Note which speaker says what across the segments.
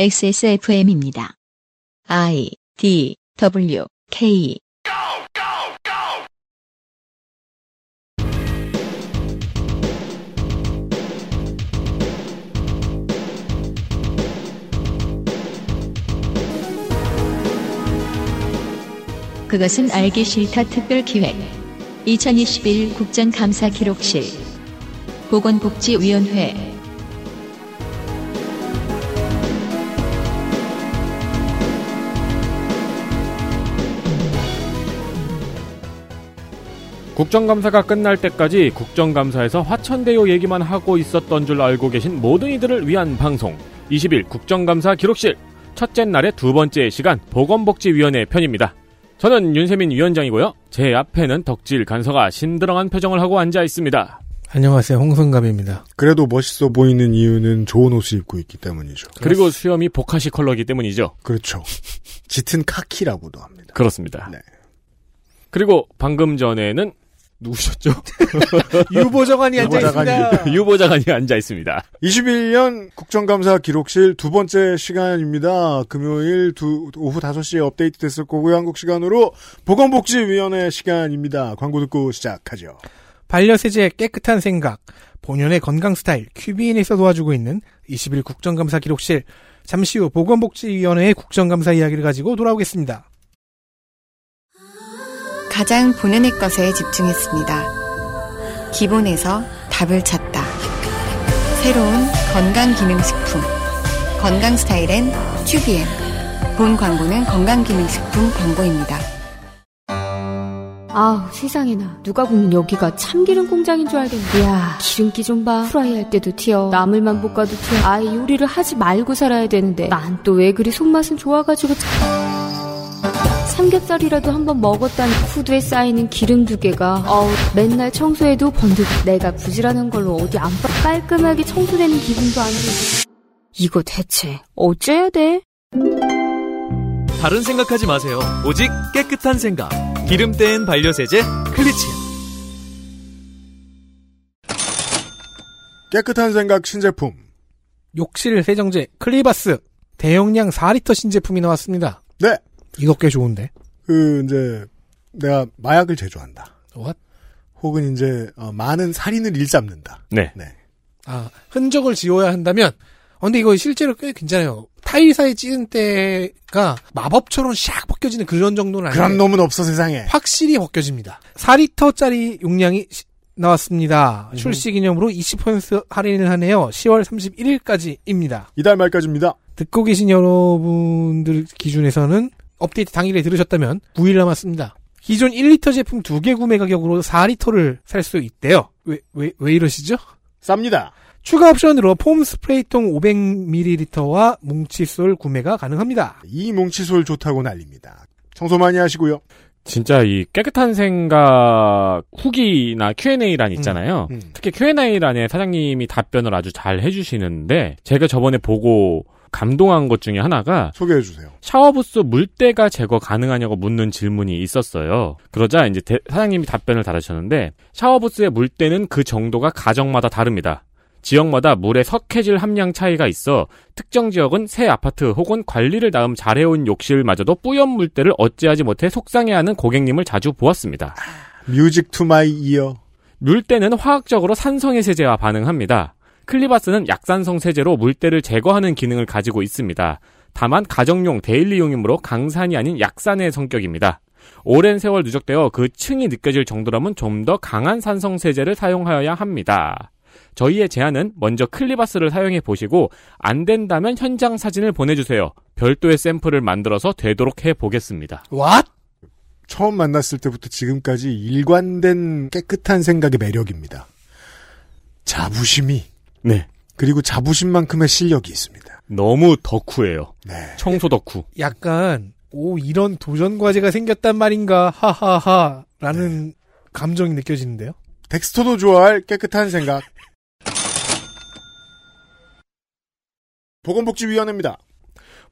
Speaker 1: XSFM입니다. I D W K 그것은 알기 싫다 특별 기획 2021 국정감사 기록실 보건복지위원회
Speaker 2: 국정감사가 끝날 때까지 국정감사에서 화천대유 얘기만 하고 있었던 줄 알고 계신 모든 이들을 위한 방송 20일 국정감사 기록실 첫째 날의 두 번째 시간 보건복지위원회 편입니다. 저는 윤세민 위원장이고요. 제 앞에는 덕질 간서가 심드렁한 표정을 하고 앉아 있습니다.
Speaker 3: 안녕하세요. 홍성갑입니다.
Speaker 4: 그래도 멋있어 보이는 이유는 좋은 옷을 입고 있기 때문이죠.
Speaker 2: 그리고 수염이 보카시 컬러이기 때문이죠.
Speaker 4: 그렇죠. 짙은 카키라고도 합니다.
Speaker 2: 그렇습니다.
Speaker 4: 네.
Speaker 2: 그리고 방금 전에는 누구셨죠?
Speaker 3: 유보정관이
Speaker 4: 앉아 유보정관이. 있습니다.
Speaker 2: 유보자관이 앉아 있습니다.
Speaker 4: 21년 국정감사 기록실 두 번째 시간입니다. 금요일 두- 오후 5시에 업데이트 됐을 거고요. 한국 시간으로 보건복지위원회 시간입니다. 광고 듣고 시작하죠.
Speaker 3: 반려세제 깨끗한 생각, 본연의 건강 스타일 큐비인에서 도와주고 있는 21 국정감사 기록실 잠시 후 보건복지위원회의 국정감사 이야기를 가지고 돌아오겠습니다.
Speaker 5: 가장 본연의 것에 집중했습니다. 기본에서 답을 찾다. 새로운 건강기능식품. 건강 스타일엔 튜비엔. 본 광고는 건강기능식품 광고입니다.
Speaker 6: 아우 세상에나 누가 보면 여기가 참기름 공장인 줄 알겠네 이야 기름기 좀봐 프라이 할 때도 튀어 나물만 볶아도 튀어 아예 요리를 하지 말고 살아야 되는데 난 또 왜 그리 손맛은 좋아가지고 참- 삼겹살이라도 한번 먹었다니 후드에 쌓이는 기름 두 개가 어우 맨날 청소해도 번득 내가 부지런한 걸로 어디 안 빠- 깔끔하게 청소되는 기분도 안 들고 이거 대체 어째야 돼?
Speaker 7: 다른 생각하지 마세요. 오직 깨끗한 생각. 기름 땐 반려세제 클리친.
Speaker 4: 깨끗한 생각 신제품.
Speaker 3: 욕실 세정제 클리바스 대용량 4리터 신제품이 나왔습니다.
Speaker 4: 네.
Speaker 3: 이거 꽤 좋은데.
Speaker 4: 그 이제 내가 마약을 제조한다.
Speaker 3: What?
Speaker 4: 혹은 이제 어, 많은 살인을 일삼는다.
Speaker 2: 네.
Speaker 4: 네.
Speaker 3: 아 흔적을 지워야 한다면 어, 근데 이거 실제로 꽤 괜찮아요. 타일 사이 찌는 때가 마법처럼 샥 벗겨지는 그런 정도는 아닌데
Speaker 4: 그런 놈은 없어 세상에.
Speaker 3: 확실히 벗겨집니다. 4리터짜리 용량이 시- 나왔습니다. 출시 기념으로 20% 할인을 하네요. 10월 31일까지입니다.
Speaker 4: 이달 말까지입니다.
Speaker 3: 듣고 계신 여러분들 기준에서는 업데이트 당일에 들으셨다면 9일 남았습니다. 기존 1리터 제품 2개 구매 가격으로 4리터를 살 수 있대요. 왜, 왜, 왜 이러시죠?
Speaker 4: 쌉니다.
Speaker 3: 추가 옵션으로 폼 스프레이통 500ml와 뭉칫솔 구매가 가능합니다.
Speaker 4: 이 뭉치솔 좋다고 난립니다. 청소 많이 하시고요.
Speaker 2: 진짜 이 깨끗한 생각 후기나 Q&A란 있잖아요.
Speaker 4: 음.
Speaker 2: 특히 Q&A란에 사장님이 답변을 아주 잘 해주시는데 제가 저번에 보고 감동한 것 중에 하나가
Speaker 4: 소개해 주세요.
Speaker 2: 샤워부스 물때가 제거 가능하냐고 묻는 질문이 있었어요. 그러자 이제 대- 사장님이 답변을 달으셨는데 샤워부스의 물때는 그 정도가 가정마다 다릅니다. 지역마다 물의 석회질 함량 차이가 있어 특정 지역은 새 아파트 혹은 관리를 나름 잘해온 욕실마저도 뿌연 물때를 어찌하지 못해 속상해하는 고객님을 자주 보았습니다.
Speaker 4: 뮤직 투 마이 이어.
Speaker 2: 물때는 화학적으로 산성의 세제와 반응합니다. 클리바스는 약산성 세제로 물때를 제거하는 기능을 가지고 있습니다. 다만 가정용 데일리용이므로 강산이 아닌 약산의 성격입니다. 오랜 세월 누적되어 그 층이 느껴질 정도라면 좀 더 강한 산성 세제를 사용하여야 합니다. 저희의 제안은 먼저 클리바스를 사용해 보시고 안 된다면 현장 사진을 보내주세요. 별도의 샘플을 만들어서 되도록 해 보겠습니다.
Speaker 3: What?
Speaker 4: 처음 만났을 때부터 지금까지 일관된 깨끗한 생각의 매력입니다. 자부심이
Speaker 2: 네,
Speaker 4: 그리고 자부심만큼의 실력이 있습니다.
Speaker 2: 너무 덕후예요.
Speaker 4: 네.
Speaker 2: 청소 덕후.
Speaker 3: 약간 오 이런 도전 과제가 생겼단 말인가 하하하라는 감정이 느껴지는데요.
Speaker 4: 덱스터도 좋아할 깨끗한 생각. 보건복지위원회입니다.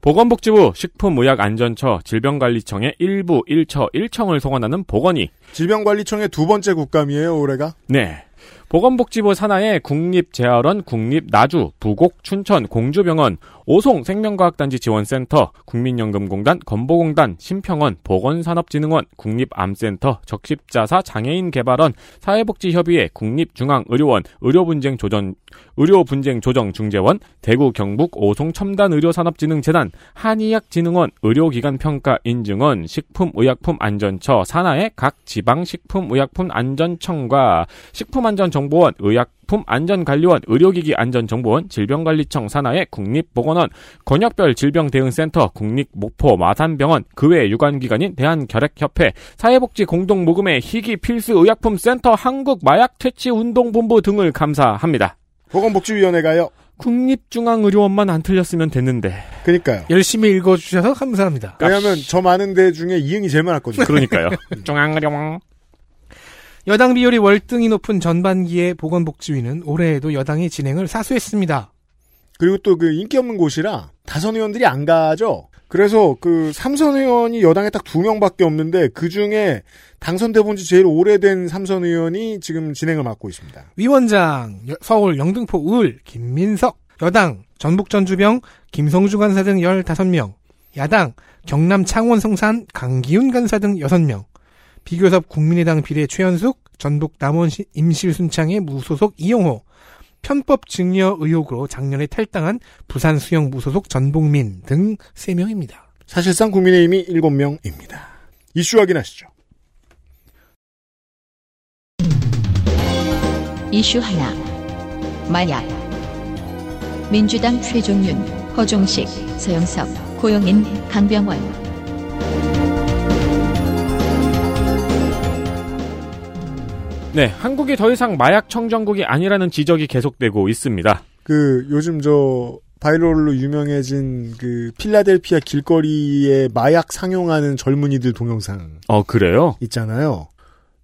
Speaker 2: 보건복지부 식품의약안전처 질병관리청의 1부 1처 1청을 송환하는 보건이
Speaker 4: 질병관리청의 두 번째 국감이에요, 올해가.
Speaker 2: 네 보건복지부 산하의 국립재활원, 국립나주, 부곡, 춘천, 공주병원, 오송 생명과학단지 지원센터, 국민연금공단, 건보공단, 심평원, 보건산업진흥원, 국립암센터, 적십자사 장애인개발원, 사회복지협의회, 국립중앙의료원, 의료분쟁조정 의료분쟁조정중재원, 대구 경북 오송 첨단의료산업진흥재단, 한의학진흥원, 의료기관평가인증원, 식품의약품안전처, 산하의 각 지방식품의약품안전청과 식품안전정보원, 의약품안전관리원, 의료기기안전정보원, 질병관리청 산하의 국립보건원, 권역별 질병대응센터, 국립목포 마산병원, 그 외 유관기관인 대한결핵협회, 사회복지공동모금회 희귀필수의약품센터 한국마약퇴치운동본부 등을 감사합니다.
Speaker 4: 보건복지위원회가요.
Speaker 2: 국립중앙의료원만 안 틀렸으면 됐는데.
Speaker 4: 그니까요.
Speaker 3: 열심히 읽어주셔서 감사합니다.
Speaker 4: 왜냐면 저 많은 데 중에 이응이 제일 많았거든요.
Speaker 2: 그러니까요. 중앙의료원.
Speaker 3: 여당 비율이 월등히 높은 전반기에 보건복지위는 올해에도 여당이 진행을 사수했습니다.
Speaker 4: 그리고 또 그 인기 없는 곳이라 다선 의원들이 안 가죠. 그래서 그 삼선 의원이 여당에 딱 두 명밖에 없는데 그 중에 당선돼 본 지 제일 오래된 삼선 의원이 지금 진행을 맡고 있습니다.
Speaker 3: 위원장 여- 서울 영등포 울 김민석 여당 전북 전주병 김성주 간사 등 15명 야당 경남 창원 성산 강기훈 간사 등 6명 비교섭 국민의당 비례 최현숙 전북 남원 시- 임실순창의 무소속 이용호 편법 증여 의혹으로 작년에 탈당한 부산 수영 무소속 전봉민 등 3명입니다.
Speaker 4: 사실상 국민의힘이 7명입니다. 이슈 확인하시죠.
Speaker 1: 이슈 하나. 마약. 민주당 최종윤, 허종식, 서영석, 고영인, 강병원.
Speaker 2: 네, 한국이 더 이상 마약 청정국이 아니라는 지적이 계속되고 있습니다.
Speaker 4: 그 요즘 저 바이럴로 유명해진 그 필라델피아 길거리에 마약 상용하는 젊은이들 동영상
Speaker 2: 어, 그래요?
Speaker 4: 있잖아요.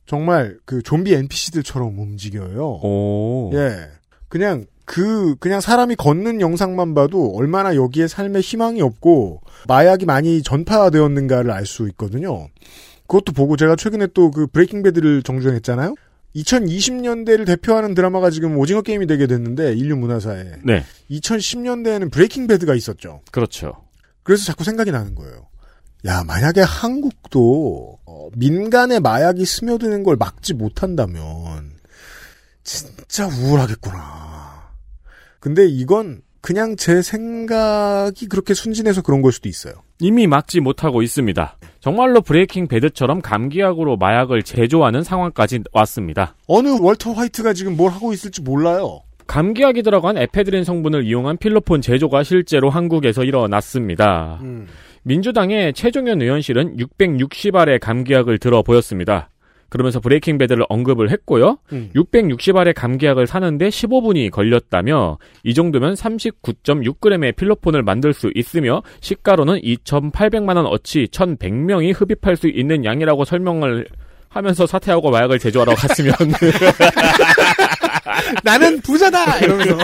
Speaker 4: 정말 그 좀비 NPC들처럼 움직여요.
Speaker 2: 오.
Speaker 4: 예. 그냥 그 그냥 사람이 걷는 영상만 봐도 얼마나 여기에 삶에 희망이 없고 마약이 많이 전파되었는가를 알 수 있거든요. 그것도 보고 제가 최근에 또 그 브레이킹 배드를 정주행했잖아요. 2020년대를 대표하는 드라마가 지금 오징어 게임이 되게 됐는데 인류 문화사에
Speaker 2: 네,
Speaker 4: 2010년대에는 브레이킹 배드가 있었죠.
Speaker 2: 그렇죠.
Speaker 4: 그래서 자꾸 생각이 나는 거예요. 야, 만약에 한국도 어, 민간의 마약이 스며드는 걸 막지 못한다면 진짜 우울하겠구나. 근데 이건 그냥 제 생각이 그렇게 순진해서 그런 걸 수도 있어요.
Speaker 2: 이미 막지 못하고 있습니다. 정말로 브레이킹 배드처럼 감기약으로 마약을 제조하는 상황까지 왔습니다.
Speaker 4: 어느 월터 화이트가 지금 뭘 하고 있을지 몰라요.
Speaker 2: 감기약이 들어간 에페드린 성분을 이용한 필로폰 제조가 실제로 한국에서 일어났습니다. 민주당의 최종현 의원실은 660알의 감기약을 들어 보였습니다. 그러면서 브레이킹 배드를 언급을 했고요.
Speaker 4: 음.
Speaker 2: 660알의 감기약을 사는데 15분이 걸렸다며 이 정도면 39.6g의 필로폰을 만들 수 있으며 시가로는 2,800만 원 어치 1,100명이 흡입할 수 있는 양이라고 설명을 하면서 사퇴하고 마약을 제조하러 갔으면
Speaker 3: 나는 부자다! 이러면서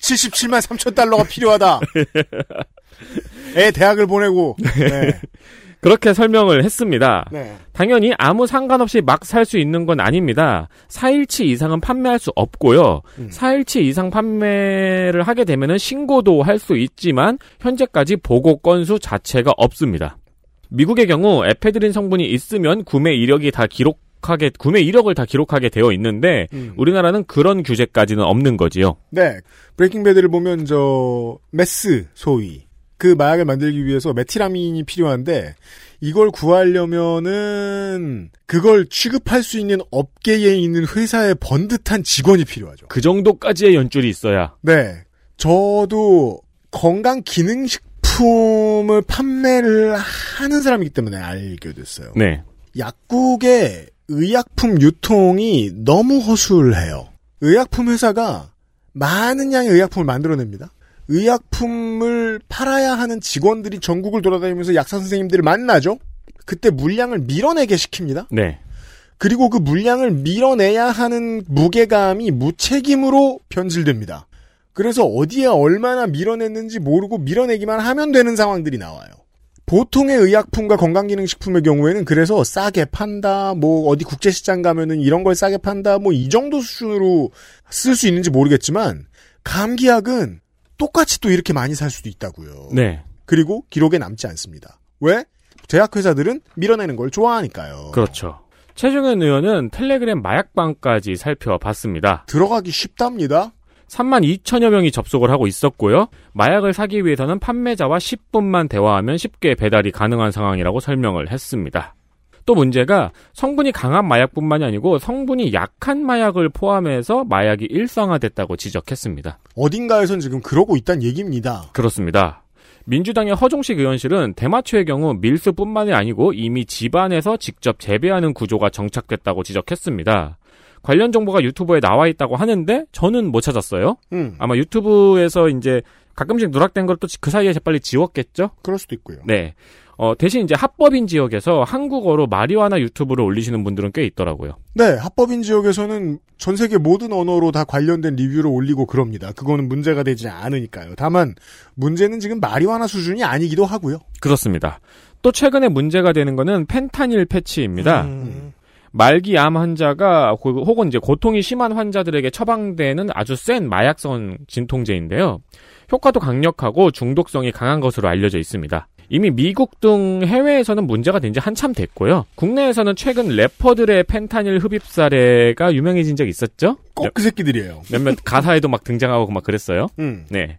Speaker 4: 77만 3천 달러가 필요하다. 애 대학을 보내고. 네.
Speaker 2: 그렇게 설명을 했습니다.
Speaker 4: 네.
Speaker 2: 당연히 아무 상관없이 막 살 수 있는 건 아닙니다. 4일치 이상은 판매할 수 없고요.
Speaker 4: 음.
Speaker 2: 4일치 이상 판매를 하게 되면은 신고도 할 수 있지만 현재까지 보고 건수 자체가 없습니다. 미국의 경우 에페드린 성분이 있으면 구매 이력이 다 기록하게 구매 이력을 다 기록하게 되어 있는데
Speaker 4: 음.
Speaker 2: 우리나라는 그런 규제까지는 없는 거지요.
Speaker 4: 네. 브레이킹 배드를 보면 저 메스 소위 그 마약을 만들기 위해서 메티라민이 필요한데 이걸 구하려면은 그걸 취급할 수 있는 업계에 있는 회사의 번듯한 직원이 필요하죠.
Speaker 2: 그 정도까지의 연줄이 있어야
Speaker 4: 네. 저도 건강 기능 식품을 판매를 하는 사람이기 때문에 알게 됐어요.
Speaker 2: 네.
Speaker 4: 약국의 의약품 유통이 너무 허술해요. 의약품 회사가 많은 양의 의약품을 만들어냅니다. 의약품을 팔아야 하는 직원들이 전국을 돌아다니면서 약사 선생님들을 만나죠. 그때 물량을 밀어내게 시킵니다.
Speaker 2: 네.
Speaker 4: 그리고 그 물량을 밀어내야 하는 무게감이 무책임으로 변질됩니다. 그래서 어디에 얼마나 밀어냈는지 모르고 밀어내기만 하면 되는 상황들이 나와요. 보통의 의약품과 건강기능식품의 경우에는 그래서 싸게 판다, 뭐 어디 국제시장 가면은 이런 걸 싸게 판다, 뭐 이 정도 수준으로 쓸 수 있는지 모르겠지만 감기약은 똑같이 또 이렇게 많이 살 수도 있다고요.
Speaker 2: 네.
Speaker 4: 그리고 기록에 남지 않습니다. 왜? 제약회사들은 밀어내는 걸 좋아하니까요.
Speaker 2: 그렇죠. 최종현 의원은 텔레그램 마약방까지 살펴봤습니다.
Speaker 4: 들어가기 쉽답니다.
Speaker 2: 3만 2천여 명이 접속을 하고 있었고요. 마약을 사기 위해서는 판매자와 10분만 대화하면 쉽게 배달이 가능한 상황이라고 설명을 했습니다. 또 문제가 성분이 강한 마약뿐만이 아니고 성분이 약한 마약을 포함해서 마약이 일상화됐다고 지적했습니다.
Speaker 4: 어딘가에선 지금 그러고 있다는 얘기입니다.
Speaker 2: 그렇습니다. 민주당의 허종식 의원실은 대마초의 경우 밀수뿐만이 아니고 이미 집안에서 직접 재배하는 구조가 정착됐다고 지적했습니다. 관련 정보가 유튜브에 나와 있다고 하는데 저는 못 찾았어요.
Speaker 4: 음,
Speaker 2: 아마 유튜브에서 이제 가끔씩 누락된 걸 또 그 사이에 재빨리 지웠겠죠?
Speaker 4: 아, 그럴 수도 있고요.
Speaker 2: 네. 어, 대신 이제 합법인 지역에서 한국어로 마리화나 유튜브를 올리시는 분들은 꽤 있더라고요.
Speaker 4: 네, 합법인 지역에서는 전 세계 모든 언어로 다 관련된 리뷰를 올리고 그럽니다. 그거는 문제가 되지 않으니까요. 다만 문제는 지금 마리화나 수준이 아니기도 하고요.
Speaker 2: 그렇습니다. 또 최근에 문제가 되는 거는 펜타닐 패치입니다.
Speaker 3: 음,
Speaker 2: 말기암 환자가 고- 혹은 이제 고통이 심한 환자들에게 처방되는 아주 센 마약성 진통제인데요. 효과도 강력하고 중독성이 강한 것으로 알려져 있습니다. 이미 미국 등 해외에서는 문제가 된 지 한참 됐고요. 국내에서는 최근 래퍼들의 펜타닐 흡입 사례가 유명해진 적이 있었죠.
Speaker 4: 꼭 그 새끼들이에요.
Speaker 2: 몇몇 가사에도 막 등장하고 막 그랬어요.
Speaker 4: 음.
Speaker 2: 네.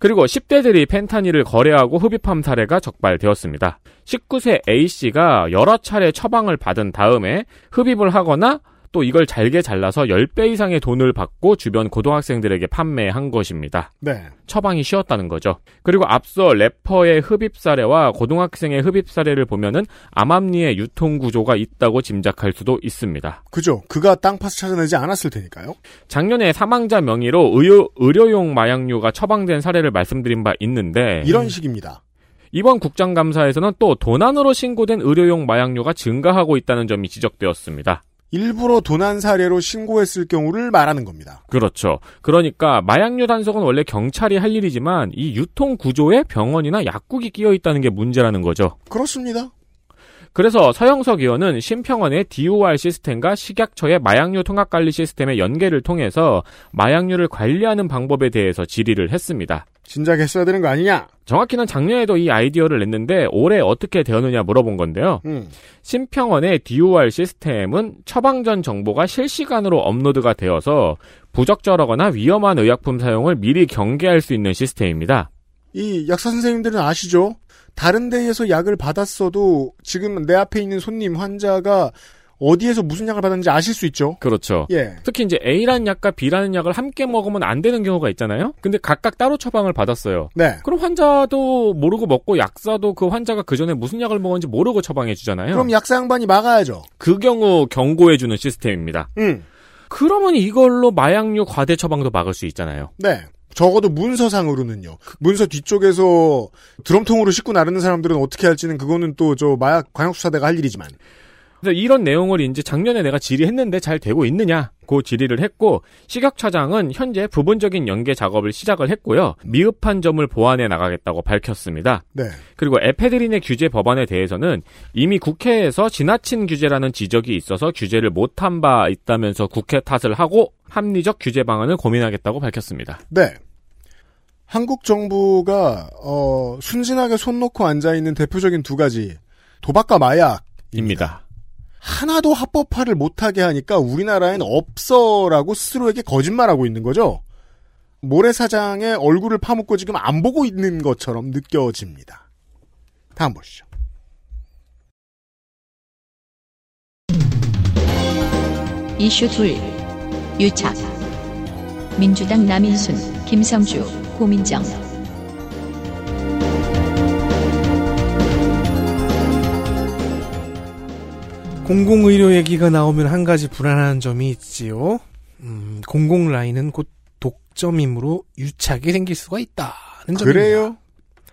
Speaker 2: 그리고 10대들이 펜타닐을 거래하고 흡입함 사례가 적발되었습니다. 19세 A씨가 여러 차례 처방을 받은 다음에 흡입을 하거나 또 이걸 잘게 잘라서 10배 이상의 돈을 받고 주변 고등학생들에게 판매한 것입니다.
Speaker 4: 네.
Speaker 2: 처방이 쉬웠다는 거죠. 그리고 앞서 래퍼의 흡입 사례와 고등학생의 흡입 사례를 보면은 암암리의 유통 구조가 있다고 짐작할 수도 있습니다.
Speaker 4: 그죠. 그가 땅 파서 찾아내지 않았을 테니까요.
Speaker 2: 작년에 사망자 명의로 의료, 의료용 마약류가 처방된 사례를 말씀드린 바 있는데
Speaker 4: 이런 식입니다.
Speaker 2: 이번 국정감사에서는 또 도난으로 신고된 의료용 마약류가 증가하고 있다는 점이 지적되었습니다.
Speaker 4: 일부러 도난 사례로 신고했을 경우를 말하는 겁니다.
Speaker 2: 그렇죠. 그러니까 마약류 단속은 원래 경찰이 할 일이지만 이 유통 구조에 병원이나 약국이 끼어 있다는 게 문제라는 거죠.
Speaker 4: 그렇습니다.
Speaker 2: 그래서 서영석 의원은 심평원의 DOR 시스템과 식약처의 마약류 통합관리 시스템의 연계를 통해서 마약류를 관리하는 방법에 대해서 질의를 했습니다.
Speaker 4: 진작 했어야 되는 거 아니냐?
Speaker 2: 정확히는 작년에도 이 아이디어를 냈는데 올해 어떻게 되었느냐 물어본 건데요.
Speaker 4: 음.
Speaker 2: 심평원의 DOR 시스템은 처방 전 정보가 실시간으로 업로드가 되어서 부적절하거나 위험한 의약품 사용을 미리 경계할 수 있는 시스템입니다.
Speaker 4: 이 약사 선생님들은 아시죠? 다른 데에서 약을 받았어도 지금 내 앞에 있는 손님 환자가 어디에서 무슨 약을 받았는지 아실 수 있죠?
Speaker 2: 그렇죠.
Speaker 4: 예.
Speaker 2: 특히 이제 A라는 약과 B라는 약을 함께 먹으면 안 되는 경우가 있잖아요. 근데 각각 따로 처방을 받았어요.
Speaker 4: 네.
Speaker 2: 그럼 환자도 모르고 먹고 약사도 그 환자가 그 전에 무슨 약을 먹었는지 모르고 처방해 주잖아요.
Speaker 4: 그럼 약사 양반이 막아야죠.
Speaker 2: 그 경우 경고해 주는 시스템입니다.
Speaker 4: 음.
Speaker 2: 그러면 이걸로 마약류 과대 처방도 막을 수 있잖아요.
Speaker 4: 네. 적어도 문서상으로는요. 문서 뒤쪽에서 드럼통으로 싣고 나르는 사람들은 어떻게 할지는 그거는 또 저 마약 광역수사대가 할 일이지만.
Speaker 2: 그래서 이런 내용을 이제 작년에 내가 질의했는데 잘 되고 있느냐? 그 질의를 했고 식약처장은 현재 부분적인 연계 작업을 시작을 했고요. 미흡한 점을 보완해 나가겠다고 밝혔습니다.
Speaker 4: 네.
Speaker 2: 그리고 에페드린의 규제 법안에 대해서는 이미 국회에서 지나친 규제라는 지적이 있어서 규제를 못한 바 있다면서 국회 탓을 하고 합리적 규제 방안을 고민하겠다고 밝혔습니다.
Speaker 4: 네. 한국 정부가 어, 순진하게 손 놓고 앉아 있는 대표적인 두 가지 도박과 마약
Speaker 2: 입니다.
Speaker 4: 하나도 합법화를 못하게 하니까 우리나라엔 없어라고 스스로에게 거짓말하고 있는 거죠. 모래사장의 얼굴을 파묻고 지금 안 보고 있는 것처럼 느껴집니다. 다음 보시죠.
Speaker 1: 이슈 둘 유착 민주당 남인순 김성주 고민정
Speaker 3: 공공의료 얘기가 나오면 한 가지 불안한 점이 있지요. 음, 공공 라인은 곧 독점이므로 유착이 생길 수가 있다는 점입니다.
Speaker 4: 그래요?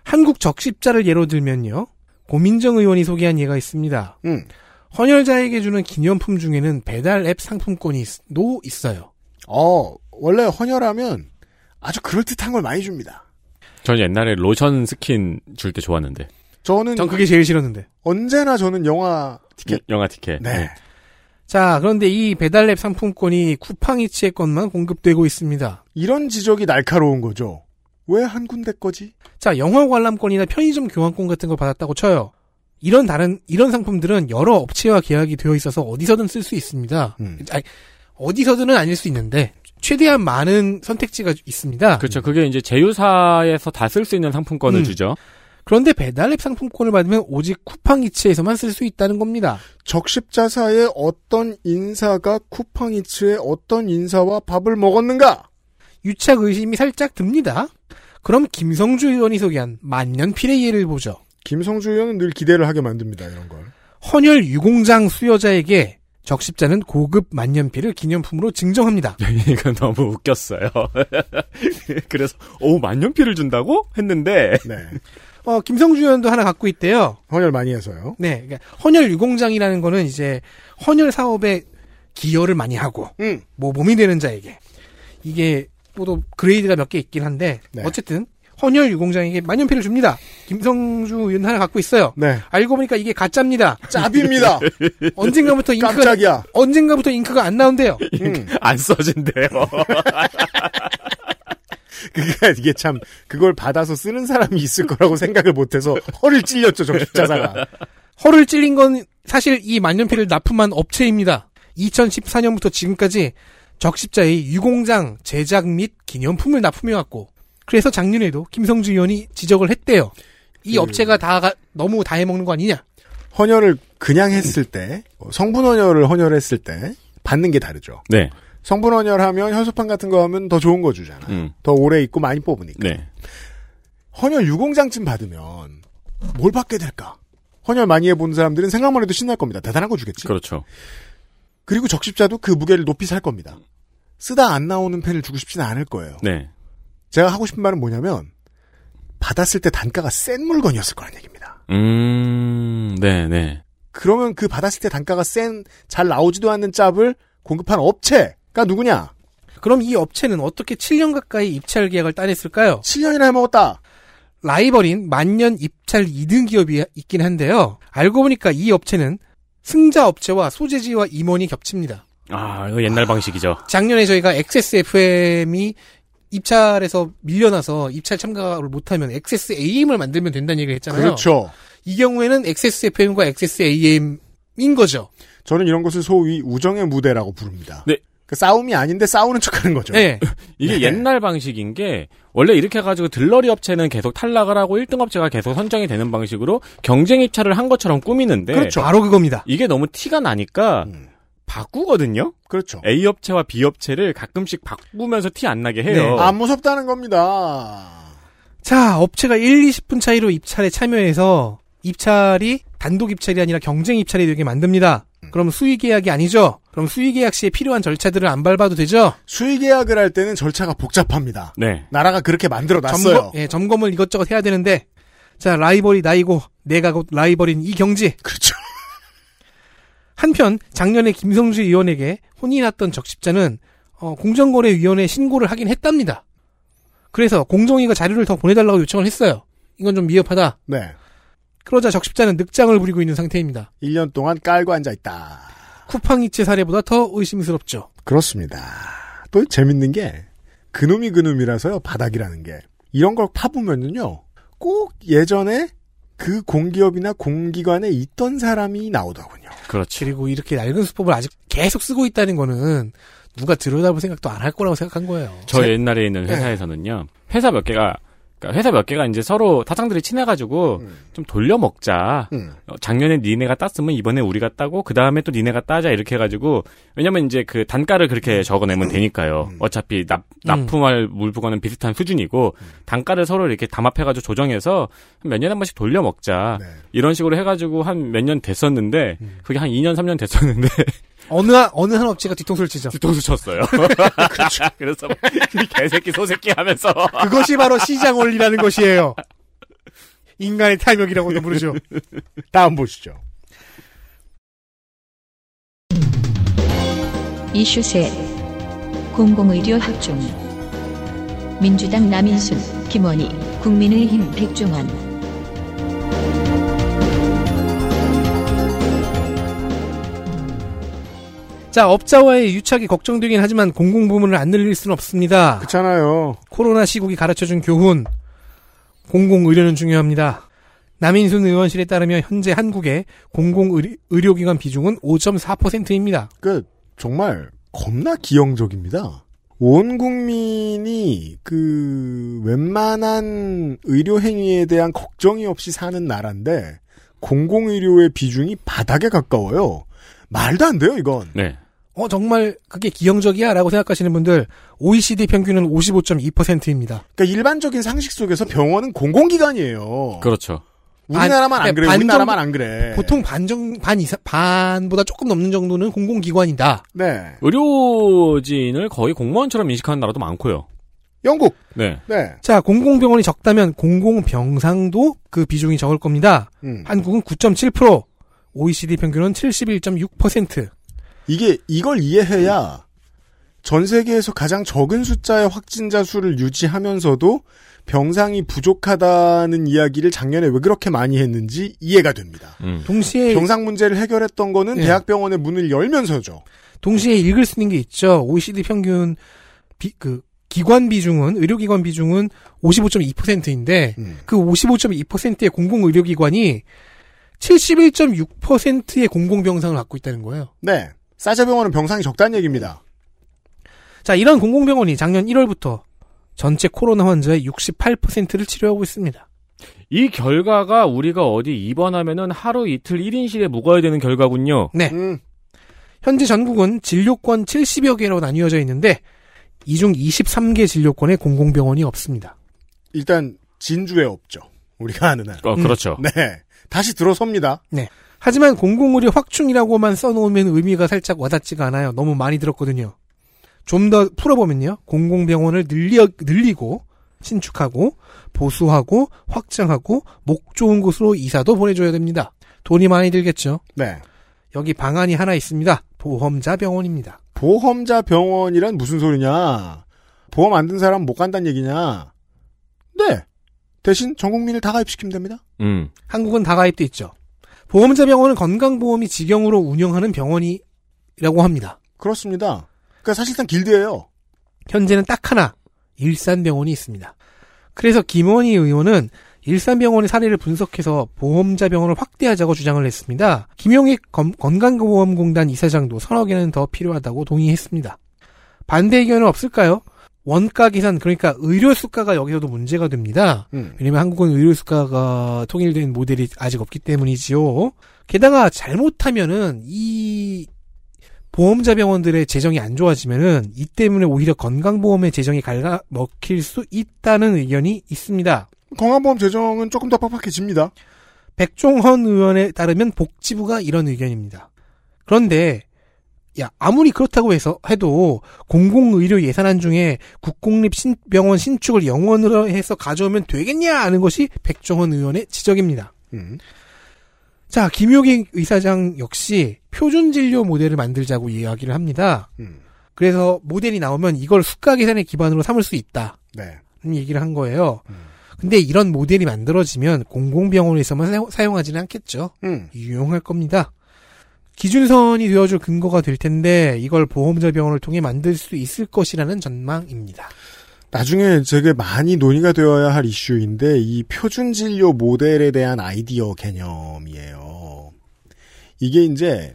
Speaker 3: 한국 적십자를 예로 들면요. 고민정 의원이 소개한 예가 있습니다.
Speaker 4: 음.
Speaker 3: 헌혈자에게 주는 기념품 중에는 배달 앱 상품권이 있, 도 있어요.
Speaker 4: 어, 원래 헌혈하면 아주 그럴듯한 걸 많이 줍니다.
Speaker 2: 전 옛날에 로션 스킨 줄 때 좋았는데.
Speaker 4: 저는
Speaker 3: 전 그게 제일 싫었는데.
Speaker 4: 언제나 저는 영화
Speaker 2: 이-
Speaker 4: 티켓.
Speaker 2: 영화 티켓.
Speaker 4: 네.
Speaker 3: 자, 그런데 이 배달앱 상품권이 쿠팡이치의 것만 공급되고 있습니다.
Speaker 4: 이런 지적이 날카로운 거죠. 왜 한 군데 거지?
Speaker 3: 자, 영화 관람권이나 편의점 교환권 같은 걸 받았다고 쳐요. 이런 다른 이런 상품들은 여러 업체와 계약이 되어 있어서 어디서든 쓸 수 있습니다.
Speaker 4: 음.
Speaker 3: 아니, 어디서든은 아닐 수 있는데 최대한 많은 선택지가 있습니다.
Speaker 2: 그렇죠. 그게 이제 제휴사에서 다 쓸 수 있는 상품권을
Speaker 3: 음.
Speaker 2: 주죠.
Speaker 3: 그런데 배달앱 상품권을 받으면 오직 쿠팡이츠에서만 쓸 수 있다는 겁니다.
Speaker 4: 적십자사의 어떤 인사가 쿠팡이츠의 어떤 인사와 밥을 먹었는가?
Speaker 3: 유착 의심이 살짝 듭니다. 그럼 김성주 의원이 소개한 만년필의 예를 보죠.
Speaker 4: 김성주 의원은 늘 기대를 하게 만듭니다. 이런 걸.
Speaker 3: 헌혈 유공장 수여자에게 적십자는 고급 만년필을 기념품으로 증정합니다.
Speaker 2: 네. 이거 너무 웃겼어요. 그래서 오 만년필을 준다고 했는데
Speaker 4: 네.
Speaker 3: 어, 김성주 의원도 하나 갖고 있대요.
Speaker 4: 헌혈 많이 해서요.
Speaker 3: 네, 그러니까 헌혈 유공장이라는 거는 이제 헌혈 사업에 기여를 많이 하고
Speaker 4: 음.
Speaker 3: 뭐 몸이 되는 자에게 이게 또도 그레이드가 몇 개 있긴 한데
Speaker 4: 네.
Speaker 3: 어쨌든 헌혈 유공장에게 만년필을 줍니다. 김성주 의원 하나 갖고 있어요.
Speaker 4: 네.
Speaker 3: 알고 보니까 이게 가짜입니다.
Speaker 4: 짭입니다.
Speaker 3: 언젠가부터 잉크가
Speaker 4: 깜짝이야.
Speaker 3: 언젠가부터 잉크가 안 나온대요.
Speaker 4: 음.
Speaker 2: 안 써진대요.
Speaker 4: 그러니까 이게 참 그걸 받아서 쓰는 사람이 있을 거라고 생각을 못해서 허를 찔렸죠 적십자사가.
Speaker 3: 허를 찔린 건 사실 이 만년필을 납품한 업체입니다. 2014년부터 지금까지 적십자의 유공장 제작 및 기념품을 납품해왔고 그래서 작년에도 김성주 의원이 지적을 했대요. 이 업체가 다 가- 너무 다 해먹는 거 아니냐?
Speaker 4: 헌혈을 그냥 했을 때 어, 성분 헌혈을 헌혈했을 때 받는 게 다르죠.
Speaker 2: 네.
Speaker 4: 성분 헌혈하면 혈소판 같은 거 하면 더 좋은 거 주잖아.
Speaker 2: 음.
Speaker 4: 더 오래 있고 많이 뽑으니까.
Speaker 2: 네.
Speaker 4: 헌혈 유공장쯤 받으면 뭘 받게 될까? 헌혈 많이 해본 사람들은 생각만 해도 신날 겁니다. 대단한 거 주겠지.
Speaker 2: 그렇죠.
Speaker 4: 그리고 적십자도 그 무게를 높이 살 겁니다. 쓰다 안 나오는 펜을 주고 싶지는 않을 거예요.
Speaker 2: 네.
Speaker 4: 제가 하고 싶은 말은 뭐냐면 받았을 때 단가가 센 물건이었을 거란 얘기입니다.
Speaker 2: 음. 네, 네.
Speaker 4: 그러면 그 받았을 때 단가가 센 잘 나오지도 않는 짭을 공급한 업체가 누구냐?
Speaker 3: 그럼 이 업체는 어떻게 7년 가까이 입찰 계약을 따냈을까요?
Speaker 4: 7년이나 해먹었다.
Speaker 3: 라이벌인 만년 입찰 2등 기업이 있긴 한데요. 알고 보니까 이 업체는 승자 업체와 소재지와 임원이 겹칩니다.
Speaker 2: 아, 이거 옛날 방식이죠.
Speaker 3: 작년에 저희가 XSFM이 입찰에서 밀려나서 입찰 참가를 못하면 XSAM을 만들면 된다는 얘기를 했잖아요.
Speaker 4: 그렇죠.
Speaker 3: 이 경우에는 XSFM과 XSAM인 거죠.
Speaker 4: 저는 이런 것을 소위 우정의 무대라고 부릅니다.
Speaker 2: 네.
Speaker 4: 그 싸움이 아닌데 싸우는 척하는 거죠.
Speaker 3: 네.
Speaker 2: 이게
Speaker 4: 네.
Speaker 2: 옛날 방식인 게 원래 이렇게 해가지고 들러리 업체는 계속 탈락을 하고 1등 업체가 계속 선정이 되는 방식으로 경쟁 입찰을 한 것처럼 꾸미는데
Speaker 4: 그렇죠.
Speaker 3: 바로 그겁니다.
Speaker 2: 이게 너무 티가 나니까
Speaker 4: 음,
Speaker 2: 바꾸거든요.
Speaker 4: 그렇죠.
Speaker 2: A 업체와 B 업체를 가끔씩 바꾸면서 티 안 나게 해요.
Speaker 3: 네.
Speaker 4: 안 무섭다는 겁니다.
Speaker 3: 자, 업체가 1, 20분 차이로 입찰에 참여해서 입찰이 단독 입찰이 아니라 경쟁 입찰이 되게 만듭니다.
Speaker 4: 음.
Speaker 3: 그럼 수의 계약이 아니죠. 그럼 수의 계약 시에 필요한 절차들을 안 밟아도 되죠.
Speaker 4: 수의 계약을 할 때는 절차가 복잡합니다.
Speaker 2: 네.
Speaker 4: 나라가 그렇게 만들어 놨어요.
Speaker 3: 점검, 예, 점검을 이것저것 해야 되는데 자, 라이벌이 나이고 내가 곧 라이벌인 이 경지
Speaker 4: 그렇죠.
Speaker 3: 한편 작년에 김성주 의원에게 혼이 났던 적십자는 어, 공정거래위원회에 신고를 하긴 했답니다. 그래서 공정위가 자료를 더 보내달라고 요청을 했어요. 이건 좀 미흡하다.
Speaker 4: 네.
Speaker 3: 그러자 적십자는 늑장을 부리고 있는 상태입니다.
Speaker 4: 1년 동안 깔고 앉아 있다.
Speaker 3: 쿠팡이체 사례보다 더 의심스럽죠.
Speaker 4: 그렇습니다. 또 재밌는 게 그놈이 그놈이라서요 바닥이라는 게 이런 걸 파보면은요 꼭 예전에 그 공기업이나 공기관에 있던 사람이 나오더군요.
Speaker 2: 그렇지.
Speaker 3: 그리고 이렇게 낡은 수법을 아직 계속 쓰고 있다는 거는 누가 들여다볼 생각도 안 할 거라고 생각한 거예요.
Speaker 2: 저 옛날에 있는
Speaker 4: 네.
Speaker 2: 회사에서는요. 회사 몇 개가 그러니까 회사 몇 개가 이제 서로 사장들이 친해가지고 좀 돌려 먹자.
Speaker 4: 음.
Speaker 2: 어, 작년에 니네가 땄으면 이번에 우리가 따고 그 다음에 또 니네가 따자 이렇게 해가지고 왜냐면 이제 그 단가를
Speaker 4: 음.
Speaker 2: 그렇게 적어내면 되니까요. 어차피 납, 납품할 물품과는 비슷한 수준이고
Speaker 4: 음.
Speaker 2: 단가를 서로 이렇게 담합해가지고 조정해서 몇 년에 한 번씩 돌려 먹자
Speaker 4: 네. 음.
Speaker 2: 이런 식으로 해가지고 한 몇 년 됐었는데 그게 한 2년 3년 됐었는데
Speaker 3: 어느 한, 어느 한 업체가 뒤통수를 치죠.
Speaker 2: 뒤통수 쳤어요.
Speaker 4: 그렇죠.
Speaker 2: 그래서 막 개새끼 소새끼 하면서
Speaker 3: 그것이 바로 시장 원리라는 것이에요. 인간의 탐욕이라고도 부르죠.
Speaker 4: 다음 보시죠.
Speaker 1: 이슈 셋 공공의료 합종 민주당 남인순, 김원희, 국민의힘 백종원
Speaker 3: 자, 업자와의 유착이 걱정되긴 하지만 공공부문을 안 늘릴 수는 없습니다.
Speaker 4: 그렇잖아요.
Speaker 3: 코로나 시국이 가르쳐준 교훈. 공공의료는 중요합니다. 남인순 의원실에 따르면 현재 한국의 공공의료기관 비중은 5.4%입니다.
Speaker 4: 그 정말 겁나 기형적입니다. 온 국민이 그 웬만한 의료 행위에 대한 걱정이 없이 사는 나라인데 공공 의료의 비중이 바닥에 가까워요. 말도 안 돼요, 이건.
Speaker 2: 네.
Speaker 3: 어, 정말 그게 기형적이야? 라고 생각하시는 분들, OECD 평균은 55.2%입니다.
Speaker 4: 그러니까 일반적인 상식 속에서 병원은 공공기관이에요.
Speaker 2: 그렇죠.
Speaker 4: 우리나라만 안,
Speaker 3: 아니,
Speaker 4: 그래.
Speaker 3: 반
Speaker 4: 우리나라만
Speaker 3: 정도-
Speaker 4: 안 그래.
Speaker 3: 보통 반, 정, 반 이상, 반보다 조금 넘는 정도는 공공기관이다.
Speaker 4: 네.
Speaker 2: 의료진을 거의 공무원처럼 인식하는 나라도 많고요.
Speaker 4: 영국.
Speaker 2: 네.
Speaker 4: 네.
Speaker 3: 자, 공공병원이 적다면 공공병상도 그 비중이 적을 겁니다.
Speaker 4: 음.
Speaker 3: 한국은 9.7%, OECD 평균은 71.6%.
Speaker 4: 이게 이걸 이해해야 전 세계에서 가장 적은 숫자의 확진자 수를 유지하면서도 병상이 부족하다는 이야기를 작년에 왜 그렇게 많이 했는지 이해가 됩니다.
Speaker 2: 음.
Speaker 3: 동시에
Speaker 4: 병상 문제를 해결했던 거는
Speaker 2: 네.
Speaker 3: 예.
Speaker 4: 대학병원의 문을 열면서죠.
Speaker 3: 동시에 읽을 수 있는 게 있죠. OECD 평균 비, 그 기관 비중은 의료기관 비중은
Speaker 2: 네.
Speaker 3: 55.2%인데
Speaker 4: 음.
Speaker 3: 그 55.2%의 공공의료기관이 71.6%의 공공병상을 갖고 있다는 거예요.
Speaker 4: 네. 싸제병원은 병상이 적다는 얘기입니다.
Speaker 3: 자, 이런 공공병원이 작년 1월부터 전체 코로나 환자의 68%를 치료하고 있습니다.
Speaker 2: 이 결과가 우리가 어디 입원하면은 하루 이틀 1인실에 묵어야 되는 결과군요.
Speaker 3: 네.
Speaker 4: 음.
Speaker 3: 현재 전국은 진료권 70여 개로 나뉘어져 있는데 이 중 23개 진료권에 공공병원이 없습니다.
Speaker 4: 일단 진주에 없죠. 우리가 아는 한.
Speaker 2: 어, 그렇죠.
Speaker 4: 네. 다시 들어섭니다.
Speaker 3: 하지만 공공의료 확충이라고만 써놓으면 의미가 살짝 와닿지가 않아요. 너무 많이 들었거든요. 좀 더 풀어보면요. 공공병원을 늘려, 늘리고, 신축하고, 보수하고, 확장하고, 목 좋은 곳으로 이사도 보내줘야 됩니다. 돈이 많이 들겠죠.
Speaker 4: 네.
Speaker 3: 여기 방안이 하나 있습니다. 보험자 병원입니다.
Speaker 4: 보험자 병원이란 무슨 소리냐? 보험 안 든 사람 못 간다는 얘기냐? 네. 대신 전 국민을 다 가입시키면 됩니다.
Speaker 2: 음.
Speaker 3: 한국은 다 가입돼 있죠. 보험자 병원은 건강보험이 직영으로 운영하는 병원이라고 합니다.
Speaker 4: 그렇습니다. 그러니까 사실상 길드예요.
Speaker 3: 현재는 딱 하나 일산병원이 있습니다. 그래서 김원희 의원은 일산병원의 사례를 분석해서 보험자 병원을 확대하자고 주장을 했습니다. 김용익 검- 건강보험공단 이사장도 서너 개는 더 필요하다고 동의했습니다. 반대 의견은 없을까요? 원가 계산 그러니까 의료 수가가 여기서도 문제가 됩니다.
Speaker 4: 음.
Speaker 3: 왜냐면 한국은 의료 수가가 통일된 모델이 아직 없기 때문이지요. 게다가 잘못하면은 이 보험자 병원들의 재정이 안 좋아지면은 이 때문에 오히려 건강보험의 재정이 갈가 먹힐 수 있다는 의견이 있습니다.
Speaker 4: 건강보험 재정은 조금 더 빡빡해집니다.
Speaker 3: 백종헌 의원에 따르면 복지부가 이런 의견입니다. 그런데 야 아무리 그렇다고 해서 해도 공공의료 예산안 중에 국공립 신- 병원 신축을 영원으로 해서 가져오면 되겠냐 하는 것이 백종헌 의원의 지적입니다.
Speaker 4: 음.
Speaker 3: 자, 김효기 의사장 역시 표준 진료 모델을 만들자고 이야기를 합니다.
Speaker 4: 음.
Speaker 3: 그래서 모델이 나오면 이걸 수가 계산의 기반으로 삼을 수 있다는
Speaker 4: 네.
Speaker 3: 얘기를 한 거예요.
Speaker 4: 음.
Speaker 3: 근데 이런 모델이 만들어지면 공공병원에서만 사용- 사용하지는 않겠죠.
Speaker 4: 음.
Speaker 3: 유용할 겁니다. 기준선이 되어줄 근거가 될 텐데 이걸 보험자 병원을 통해 만들 수 있을 것이라는 전망입니다.
Speaker 4: 나중에 되게 많이 논의가 되어야 할 이슈인데 이 표준 진료 모델에 대한 아이디어 개념이에요. 이게 이제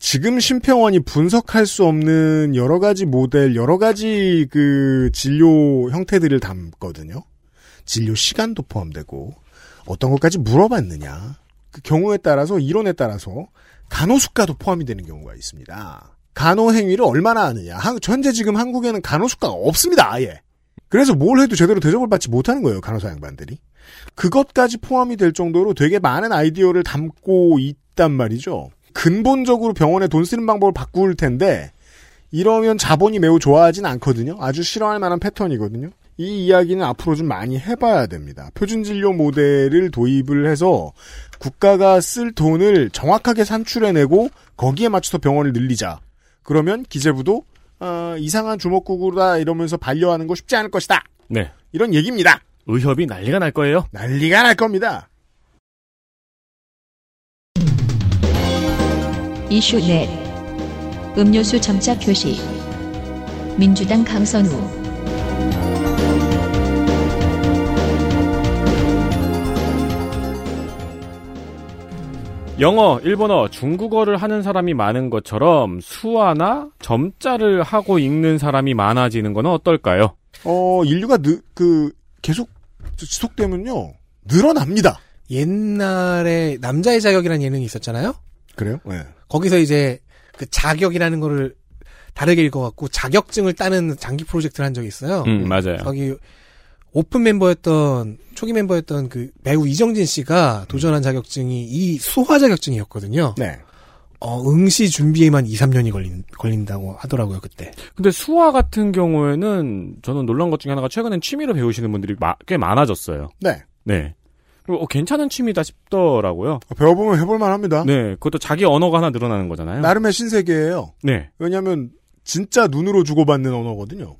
Speaker 4: 지금 심평원이 분석할 수 없는 여러 가지 모델, 여러 가지 그 진료 형태들을 담거든요. 진료 시간도 포함되고 어떤 것까지 물어봤느냐. 그 경우에 따라서 이론에 따라서 간호수가도 포함이 되는 경우가 있습니다. 간호 행위를 얼마나 하느냐. 한- 현재 지금 한국에는 간호수가가 없습니다. 아예. 그래서 뭘 해도 제대로 대접을 받지 못하는 거예요, 간호사 양반들이. 그것까지 포함이 될 정도로 되게 많은 아이디어를 담고 있단 말이죠. 근본적으로 병원에 돈 쓰는 방법을 바꿀 텐데, 이러면 자본이 매우 좋아하진 않거든요. 아주 싫어할 만한 패턴이거든요. 이 이야기는 앞으로 좀 많이 해봐야 됩니다. 표준진료 모델을 도입을 해서 국가가 쓸 돈을 정확하게 산출해내고 거기에 맞춰서 병원을 늘리자. 그러면 기재부도 어, 이상한 주먹구구다 이러면서 반려하는 거 쉽지 않을 것이다.
Speaker 2: 네.
Speaker 4: 이런 얘기입니다.
Speaker 2: 의협이 난리가 날 거예요.
Speaker 4: 난리가 날 겁니다.
Speaker 1: 이슈 넷 음료수 점자 표시. 민주당 강선우.
Speaker 2: 영어, 일본어, 중국어를 하는 사람이 많은 것처럼 수화나 점자를 하고 읽는 사람이 많아지는 건 어떨까요?
Speaker 4: 어, 인류가 느, 그, 계속 지속되면요. 늘어납니다.
Speaker 3: 옛날에 남자의 자격이라는 예능이 있었잖아요.
Speaker 4: 그래요? 네.
Speaker 3: 거기서 이제 그 자격이라는 거를 다르게 읽어갖고 자격증을 따는 장기 프로젝트를 한 적이 있어요.
Speaker 2: 음, 맞아요.
Speaker 3: 거기 오픈 멤버였던 초기 멤버였던 그 배우 이정진 씨가 도전한 자격증이 이 수화 자격증이었거든요.
Speaker 4: 네.
Speaker 3: 어, 응시 준비에만 2, 3년이 걸린, 걸린다고 하더라고요, 그때.
Speaker 2: 근데 수화 같은 경우에는 저는 놀란 것 중에 하나가 최근엔 취미로 배우시는 분들이 마- 꽤 많아졌어요.
Speaker 4: 네.
Speaker 2: 네. 그리고 어, 괜찮은 취미다 싶더라고요.
Speaker 4: 배워보면 해볼만 합니다.
Speaker 2: 네. 그것도 자기 언어가 하나 늘어나는 거잖아요.
Speaker 4: 아? 나름의 신세계예요.
Speaker 2: 네.
Speaker 4: 왜냐면, 하 진짜 눈으로 주고받는 언어거든요.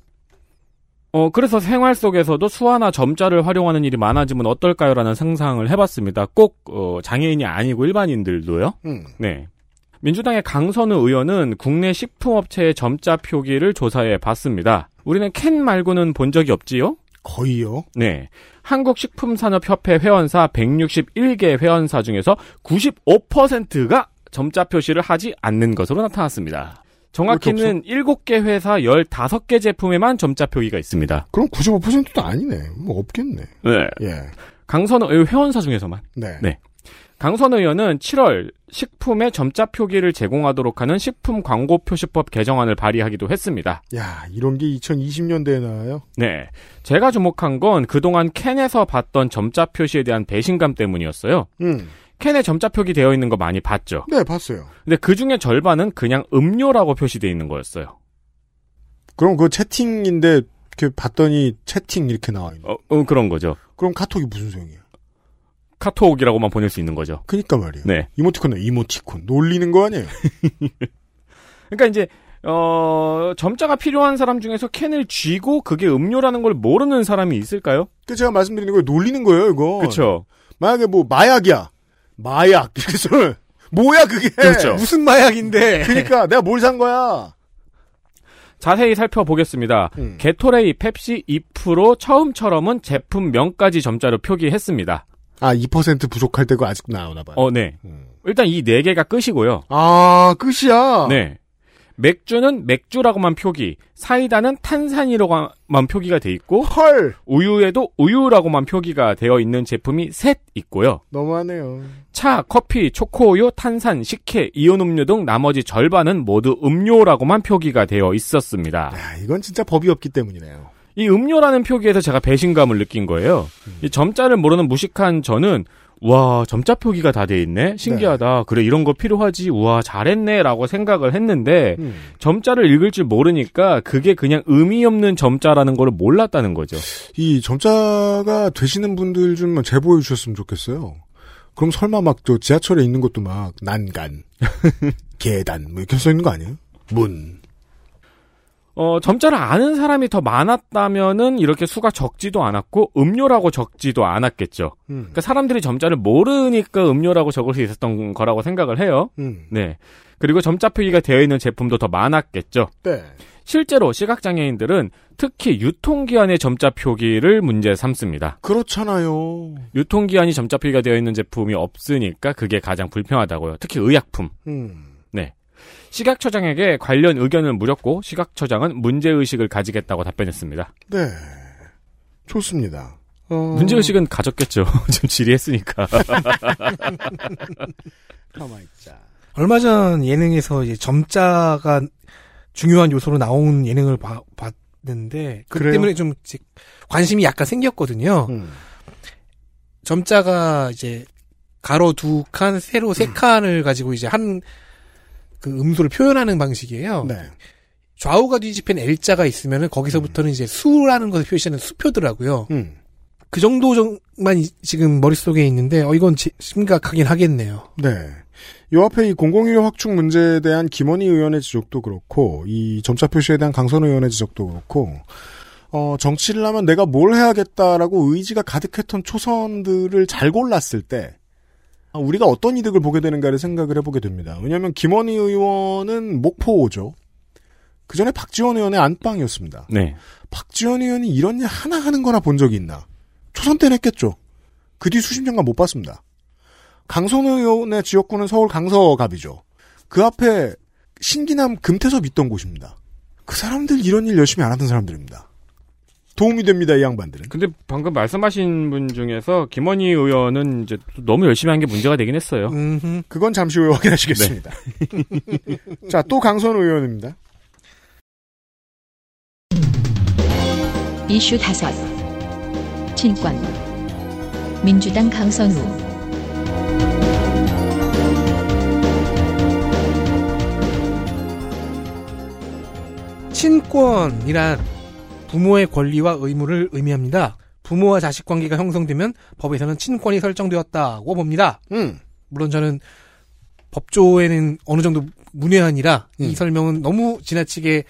Speaker 2: 어, 그래서 생활 속에서도 수화나 점자를 활용하는 일이 많아지면 어떨까요라는 상상을 해봤습니다. 꼭, 어, 장애인이 아니고 일반인들도요.
Speaker 4: 음.
Speaker 2: 네. 민주당의 강선우 의원은 국내 식품업체의 점자 표기를 조사해 봤습니다. 우리는 캔 말고는 본 적이 없지요?
Speaker 4: 거의요.
Speaker 2: 네. 한국식품산업협회 회원사 161개 회원사 중에서 95%가 점자 표시를 하지 않는 것으로 나타났습니다. 정확히는 7개 회사 15개 제품에만 점자 표기가 있습니다.
Speaker 4: 그럼 95%도 아니네. 뭐, 없겠네.
Speaker 2: 네.
Speaker 4: 예.
Speaker 2: 강선우 의원 회원사 중에서만.
Speaker 4: 네.
Speaker 2: 네. 강선 의원은 7월 식품에 점자 표기를 제공하도록 하는 식품 광고 표시법 개정안을 발의하기도 했습니다.
Speaker 4: 야, 이런 게 2020년대에 나와요?
Speaker 2: 네. 제가 주목한 건 그동안 캔에서 봤던 점자 표시에 대한 배신감 때문이었어요.
Speaker 4: 음.
Speaker 2: 캔에 점자 표기 되어 있는 거 많이 봤죠.
Speaker 4: 네, 봤어요.
Speaker 2: 근데 그 중에 절반은 그냥 음료라고 표시되어 있는 거였어요.
Speaker 4: 그럼 그 채팅인데, 이렇게 봤더니 채팅 이렇게 나와 있네.
Speaker 2: 어, 어, 그런 거죠.
Speaker 4: 그럼 카톡이 무슨 소용이야?
Speaker 2: 카톡이라고만 보낼 수 있는 거죠.
Speaker 4: 그니까 말이에요.
Speaker 2: 네.
Speaker 4: 이모티콘, 이모티콘. 놀리는 거 아니에요?
Speaker 2: 그러니까 이제 어, 점자가 필요한 사람 중에서 캔을 쥐고 그게 음료라는 걸 모르는 사람이 있을까요?
Speaker 4: 그 제가 말씀드리는 거예요. 놀리는 거예요, 이거.
Speaker 2: 그렇죠.
Speaker 4: 만약에 뭐 마약이야. 마약. 이렇게 쓰면 뭐야 그게.
Speaker 2: 그렇죠.
Speaker 4: 무슨 마약인데. 그러니까 내가 뭘 산 거야.
Speaker 2: 자세히 살펴보겠습니다.
Speaker 4: 음.
Speaker 2: 게토레이, 펩시, 2프로 처음처럼은 제품명까지 점자로 표기했습니다.
Speaker 4: 아, 2% 부족할 때가 아직 나오나 봐요.
Speaker 2: 어, 네.
Speaker 4: 음.
Speaker 2: 일단 이 네 개가 끝이고요.
Speaker 4: 아, 끝이야.
Speaker 2: 네. 맥주는 맥주라고만 표기, 사이다는 탄산이로만 표기가 돼 있고,
Speaker 4: 헐.
Speaker 2: 우유에도 우유라고만 표기가 되어 있는 제품이 셋 있고요.
Speaker 4: 너무하네요.
Speaker 2: 차, 커피, 초코우유, 탄산, 식혜, 이온음료 등 나머지 절반은 모두 음료라고만 표기가 되어 있었습니다.
Speaker 4: 야, 아, 이건 진짜 법이 없기 때문이네요.
Speaker 2: 이 음료라는 표기에서 제가 배신감을 느낀 거예요. 이 점자를 모르는 무식한 저는 와 점자 표기가 다 돼 있네 신기하다 그래 이런 거 필요하지 우와 잘했네라고 생각을 했는데
Speaker 4: 음.
Speaker 2: 점자를 읽을 줄 모르니까 그게 그냥 의미 없는 점자라는 걸 몰랐다는 거죠.
Speaker 4: 이 점자가 되시는 분들 좀 제보해 주셨으면 좋겠어요. 그럼 설마 막 저 지하철에 있는 것도 막 난간, 계단 뭐 이렇게 써 있는 거 아니에요? 문.
Speaker 2: 어 점자를 아는 사람이 더 많았다면은 이렇게 수가 적지도 않았고 음료라고 적지도 않았겠죠.
Speaker 4: 음.
Speaker 2: 그러니까 사람들이 점자를 모르니까 음료라고 적을 수 있었던 거라고 생각을 해요.
Speaker 4: 음.
Speaker 2: 네. 그리고 점자 표기가 되어 있는 제품도 더 많았겠죠.
Speaker 4: 네.
Speaker 2: 실제로 시각장애인들은 특히 유통기한의 점자 표기를 문제 삼습니다.
Speaker 4: 그렇잖아요.
Speaker 2: 유통기한이 점자 표기가 되어 있는 제품이 없으니까 그게 가장 불편하다고요. 특히 의약품.
Speaker 4: 음.
Speaker 2: 시각처장에게 관련 의견을 무렸고 시각처장은 문제의식을 가지겠다고 답변했습니다.
Speaker 4: 네. 좋습니다. 어...
Speaker 2: 문제의식은 가졌겠죠. 지금 질의했으니까.
Speaker 4: 가만있자.
Speaker 3: 얼마 전 예능에서 이제 점자가 중요한 요소로 나온 예능을 봐- 봤는데, 그
Speaker 4: 그래요?
Speaker 3: 때문에 좀 이제 관심이 약간 생겼거든요.
Speaker 4: 음.
Speaker 3: 점자가 이제 가로 두 칸, 세로 세 칸을 가지고 이제 한 그 음소를 표현하는 방식이에요.
Speaker 4: 네.
Speaker 3: 좌우가 뒤집힌 L자가 있으면은 거기서부터는 이제 수라는 것을 표시하는 수표더라고요.
Speaker 4: 음.
Speaker 3: 그 정도만 이- 지금 머릿속에 있는데, 어, 이건 지- 심각하긴 하겠네요.
Speaker 4: 네. 요 앞에 이 공공의료 확충 문제에 대한 김원희 의원의 지적도 그렇고, 이 점자 표시에 대한 강선 의원의 지적도 그렇고, 어, 정치를 하면 내가 뭘 해야겠다라고 의지가 가득했던 초선들을 잘 골랐을 때, 아, 우리가 어떤 이득을 보게 되는가를 생각을 해보게 됩니다. 왜냐하면 김원희 의원은 목포죠. 그 전에 박지원 의원의 안방이었습니다.
Speaker 2: 네.
Speaker 4: 박지원 의원이 이런 일 하나 하는 거나 본 적이 있나? 초선 때는 했겠죠. 그 뒤 수십 년간 못 봤습니다. 강선우 의원의 지역구는 서울 강서갑이죠. 그 앞에 신기남 금태섭 있던 곳입니다. 그 사람들 이런 일 열심히 안 하던 사람들입니다. 도움이 됩니다, 이 양반들은.
Speaker 2: 근데 방금 말씀하신 분 중에서 김원희 의원은 이제 너무 열심히 한 게 문제가 되긴 했어요.
Speaker 3: 음흠.
Speaker 4: 그건 잠시 후에 확인하시겠습니다. 자, 또 강선우 의원입니다.
Speaker 1: 이슈 다섯 친권 민주당 강선우
Speaker 3: 친권이란 부모의 권리와 의무를 의미합니다. 부모와 자식 관계가 형성되면 법에서는 친권이 설정되었다고 봅니다.
Speaker 4: 음.
Speaker 3: 물론 저는 법조에는 어느 정도 문외한이라
Speaker 4: 음.
Speaker 3: 이 설명은 너무 지나치게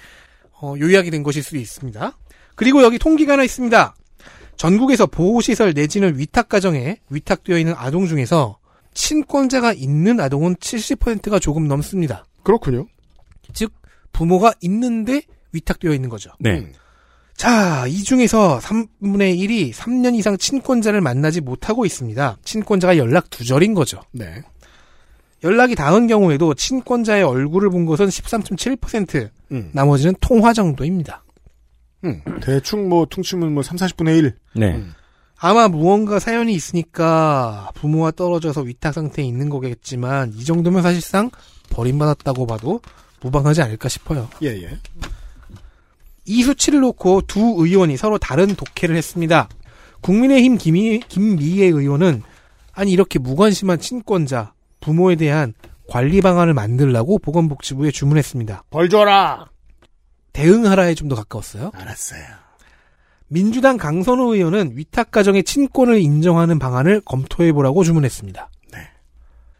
Speaker 3: 어, 요약이 된 것일 수도 있습니다. 그리고 여기 통기가 하나 있습니다. 전국에서 보호시설 내지는 위탁가정에 위탁되어 있는 아동 중에서 친권자가 있는 아동은 70%가 조금 넘습니다.
Speaker 4: 그렇군요.
Speaker 3: 즉 부모가 있는데 위탁되어 있는 거죠.
Speaker 2: 네.
Speaker 4: 음.
Speaker 3: 자, 이 중에서 3분의 1이 3년 이상 친권자를 만나지 못하고 있습니다. 친권자가 연락 두절인 거죠.
Speaker 4: 네.
Speaker 3: 연락이 닿은 경우에도 친권자의 얼굴을 본 것은 13.7%,
Speaker 4: 음.
Speaker 3: 나머지는 통화 정도입니다.
Speaker 4: 음. 대충 뭐, 퉁치면 뭐, 3, 40분의 1.
Speaker 2: 네.
Speaker 4: 음.
Speaker 3: 아마 무언가 사연이 있으니까 부모와 떨어져서 위탁 상태에 있는 거겠지만 이 정도면 사실상 버림받았다고 봐도 무방하지 않을까 싶어요.
Speaker 4: 예, 예.
Speaker 3: 이 수치를 놓고 두 의원이 서로 다른 독해를 했습니다. 국민의힘 김미, 김미애 의원은 아니 이렇게 무관심한 친권자 부모에 대한 관리 방안을 만들라고 보건복지부에 주문했습니다.
Speaker 4: 벌 줘라!
Speaker 3: 대응하라에 좀 더 가까웠어요.
Speaker 4: 알았어요.
Speaker 3: 민주당 강선호 의원은 위탁가정의 친권을 인정하는 방안을 검토해보라고 주문했습니다.
Speaker 4: 네.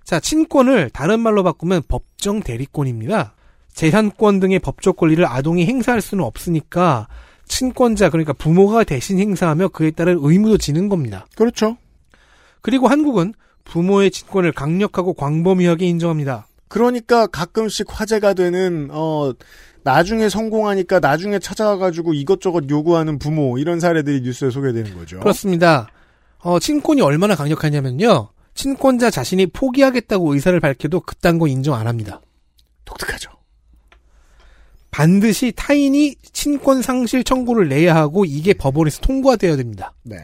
Speaker 3: 자, 친권을 다른 말로 바꾸면 법정 대리권입니다. 재산권 등의 법적 권리를 아동이 행사할 수는 없으니까 친권자, 그러니까 부모가 대신 행사하며 그에 따른 의무도 지는 겁니다.
Speaker 4: 그렇죠.
Speaker 3: 그리고 한국은 부모의 친권을 강력하고 광범위하게 인정합니다.
Speaker 4: 그러니까 가끔씩 화제가 되는 어 나중에 성공하니까 나중에 찾아가지고 이것저것 요구하는 부모 이런 사례들이 뉴스에 소개되는 거죠.
Speaker 3: 그렇습니다. 어, 친권이 얼마나 강력하냐면요. 친권자 자신이 포기하겠다고 의사를 밝혀도 그딴 거 인정 안 합니다.
Speaker 4: 독특하죠.
Speaker 3: 반드시 타인이 친권 상실 청구를 내야 하고 이게 법원에서 통과되어야 됩니다.
Speaker 4: 네.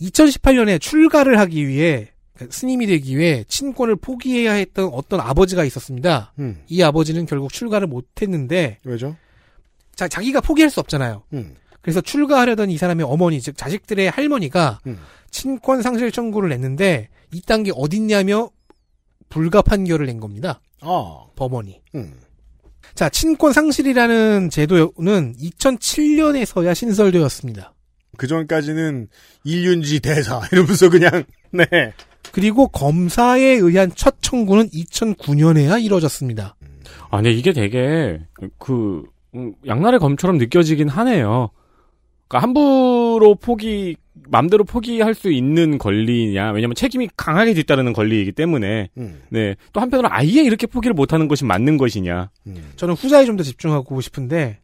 Speaker 3: 2018년에 출가를 하기 위해 그러니까 스님이 되기 위해 친권을 포기해야 했던 어떤 아버지가 있었습니다.
Speaker 4: 음.
Speaker 3: 이 아버지는 결국 출가를 못했는데
Speaker 4: 왜죠?
Speaker 3: 자, 자기가 포기할 수 없잖아요.
Speaker 4: 음.
Speaker 3: 그래서 출가하려던 이 사람의 어머니 즉 자식들의 할머니가
Speaker 4: 음.
Speaker 3: 친권 상실 청구를 냈는데 이딴 게 어딨냐며 불가 판결을 낸 겁니다.
Speaker 4: 아.
Speaker 3: 법원이.
Speaker 4: 음.
Speaker 3: 자, 친권 상실이라는 제도는 2007년에서야 신설되었습니다.
Speaker 4: 그 전까지는 일륜지 대사 이러면서 그냥 네.
Speaker 3: 그리고 검사에 의한 첫 청구는 2009년에야 이뤄졌습니다.
Speaker 2: 아, 근데 이게 되게 그 음, 양날의 검처럼 느껴지긴 하네요. 그러니까 함부로 포기 맘대로 포기할 수 있는 권리냐? 왜냐면 책임이 강하게 뒤따르는 권리이기 때문에.
Speaker 4: 음.
Speaker 2: 네. 또 한편으로 아예 이렇게 포기를 못 하는 것이 맞는 것이냐?
Speaker 4: 음.
Speaker 3: 저는 후자에 좀 더 집중하고 싶은데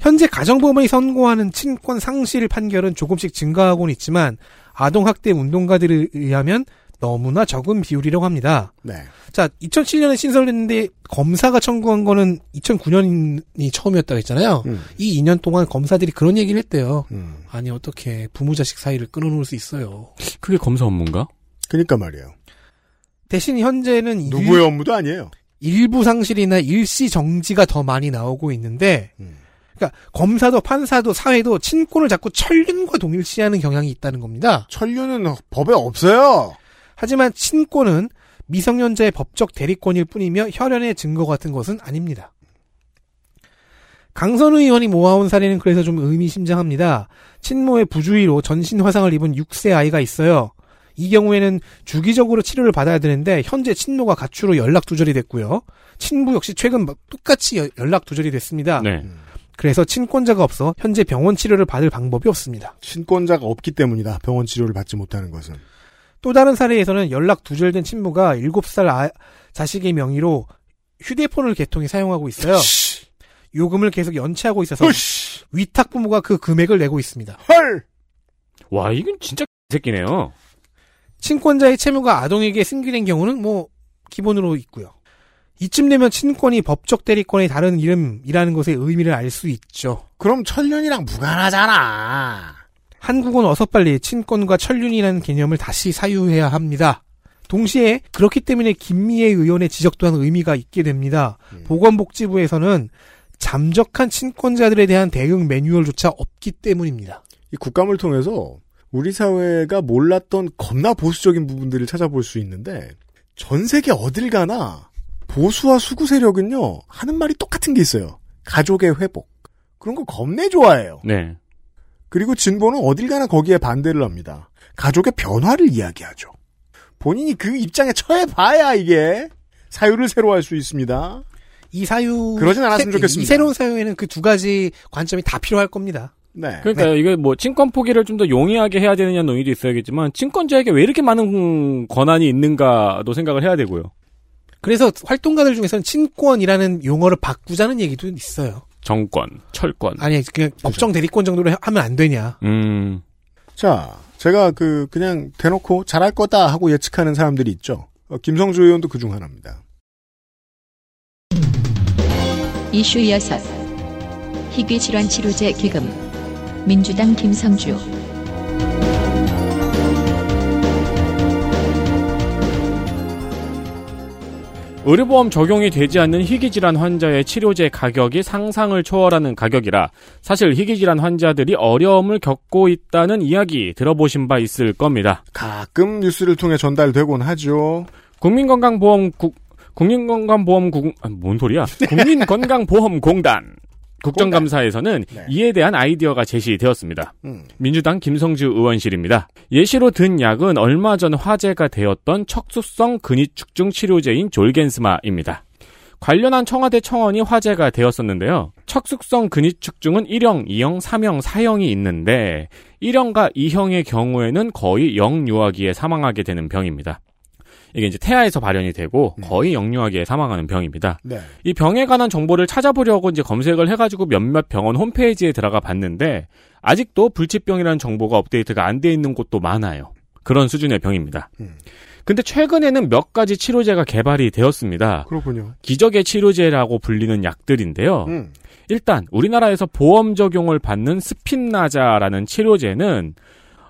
Speaker 3: 현재 가정법원이 선고하는 친권 상실 판결은 조금씩 증가하고는 있지만 아동 학대 운동가들에 의하면 너무나 적은 비율이라고 합니다.
Speaker 4: 네.
Speaker 3: 자, 2007년에 신설됐는데 검사가 청구한 거는 2009년이 처음이었다고 했잖아요.
Speaker 4: 음.
Speaker 3: 이 2년 동안 검사들이 그런 얘기를 했대요.
Speaker 4: 음.
Speaker 3: 아니 어떻게 부모 자식 사이를 끊어놓을 수 있어요.
Speaker 2: 그게 검사 업무인가?
Speaker 4: 그러니까 말이에요.
Speaker 3: 대신 현재는 일-
Speaker 4: 누구의 업무도 아니에요.
Speaker 3: 일부 상실이나 일시 정지가 더 많이 나오고 있는데,
Speaker 4: 음.
Speaker 3: 그러니까 검사도 판사도 사회도 친권을 자꾸 천륜과 동일시하는 경향이 있다는 겁니다.
Speaker 4: 천륜은 법에 없어요.
Speaker 3: 하지만 친권은 미성년자의 법적 대리권일 뿐이며 혈연의 증거 같은 것은 아닙니다. 강선우 의원이 모아온 사례는 그래서 좀 의미심장합니다. 친모의 부주의로 전신 화상을 입은 6세 아이가 있어요. 이 경우에는 주기적으로 치료를 받아야 되는데 현재 친모가 가출로 연락 두절이 됐고요. 친부 역시 최근 똑같이 여- 연락 두절이 됐습니다.
Speaker 2: 네.
Speaker 3: 그래서 친권자가 없어 현재 병원 치료를 받을 방법이 없습니다.
Speaker 4: 친권자가 없기 때문이다. 병원 치료를 받지 못하는 것은.
Speaker 3: 또 다른 사례에서는 연락 두절된 친모가 7살 아- 자식의 명의로 휴대폰을 개통해 사용하고 있어요. 요금을 계속 연체하고 있어서
Speaker 4: 으씨!
Speaker 3: 위탁 부모가 그 금액을 내고 있습니다.
Speaker 4: 헐!
Speaker 2: 와, 이건 진짜 새끼네요.
Speaker 3: 친권자의 채무가 아동에게 승계된 경우는 뭐 기본으로 있고요. 이쯤 되면 친권이 법적 대리권의 다른 이름이라는 것의 의미를 알 수 있죠.
Speaker 4: 그럼 천륜이랑 무관하잖아.
Speaker 3: 한국은 어서 빨리 친권과 천륜이라는 개념을 다시 사유해야 합니다. 동시에 그렇기 때문에 김미애 의원의 지적 또한 의미가 있게 됩니다.
Speaker 4: 예.
Speaker 3: 보건복지부에서는 잠적한 친권자들에 대한 대응 매뉴얼조차 없기 때문입니다.
Speaker 4: 이 국감을 통해서 우리 사회가 몰랐던 겁나 보수적인 부분들을 찾아볼 수 있는데 전 세계 어딜 가나 보수와 수구 세력은요 하는 말이 똑같은 게 있어요. 가족의 회복 그런 거 겁내 좋아해요.
Speaker 2: 네.
Speaker 4: 그리고 진보는 어딜 가나 거기에 반대를 합니다. 가족의 변화를 이야기하죠. 본인이 그 입장에 처해봐야 이게 사유를 새로 할 수 있습니다.
Speaker 3: 이 사유
Speaker 4: 그러진
Speaker 3: 새-
Speaker 4: 않았으면 좋겠습니다.
Speaker 3: 이 새로운 사유에는 그 두 가지 관점이 다 필요할 겁니다.
Speaker 4: 네.
Speaker 2: 그러니까 요 이게 뭐 친권 포기를 좀 더 용이하게 해야 되느냐는 논의도 있어야겠지만 친권자에게 왜 이렇게 많은 권한이 있는가도 생각을 해야 되고요.
Speaker 3: 그래서 활동가들 중에서는 친권이라는 용어를 바꾸자는 얘기도 있어요.
Speaker 2: 정권, 철권.
Speaker 3: 아니 그냥 법정 대리권 정도로 해- 하면 안 되냐.
Speaker 2: 음.
Speaker 4: 자, 제가 그 그냥 대놓고 잘할 거다 하고 예측하는 사람들이 있죠. 어, 김성주 의원도 그 중 하나입니다.
Speaker 1: 이슈 6 희귀 질환 치료제 기금 민주당 김성주
Speaker 2: 의료보험 적용이 되지 않는 희귀질환 환자의 치료제 가격이 상상을 초월하는 가격이라 사실 희귀질환 환자들이 어려움을 겪고 있다는 이야기 들어보신 바 있을 겁니다.
Speaker 4: 가끔 뉴스를 통해 전달되곤 하죠.
Speaker 2: 국민건강보험 국 국민건강보험 아, 국뭔 소리야?
Speaker 4: 네.
Speaker 2: 국민건강보험공단 국정감사에서는
Speaker 4: 네.
Speaker 2: 이에 대한 아이디어가 제시되었습니다.
Speaker 4: 음.
Speaker 2: 민주당 김성주 의원실입니다. 예시로 든 약은 얼마 전 화제가 되었던 척수성 근위축중 치료제인 졸겐스마입니다. 관련한 청와대 청원이 화제가 되었었는데요. 척수성 근위축중은 1형, 2형, 3형, 4형이 있는데 1형과 2형의 경우에는 거의 영유아기에 사망하게 되는 병입니다. 이게 이제 태아에서 발현이 되고 거의 영유아기에 사망하는 병입니다.
Speaker 4: 네.
Speaker 2: 이 병에 관한 정보를 찾아보려고 이제 검색을 해가지고 몇몇 병원 홈페이지에 들어가 봤는데 아직도 불치병이라는 정보가 업데이트가 안 돼 있는 곳도 많아요. 그런 수준의 병입니다.
Speaker 4: 음.
Speaker 2: 근데 최근에는 몇 가지 치료제가 개발이 되었습니다.
Speaker 4: 그렇군요.
Speaker 2: 기적의 치료제라고 불리는 약들인데요.
Speaker 4: 음.
Speaker 2: 일단 우리나라에서 보험 적용을 받는 스핀나자라는 치료제는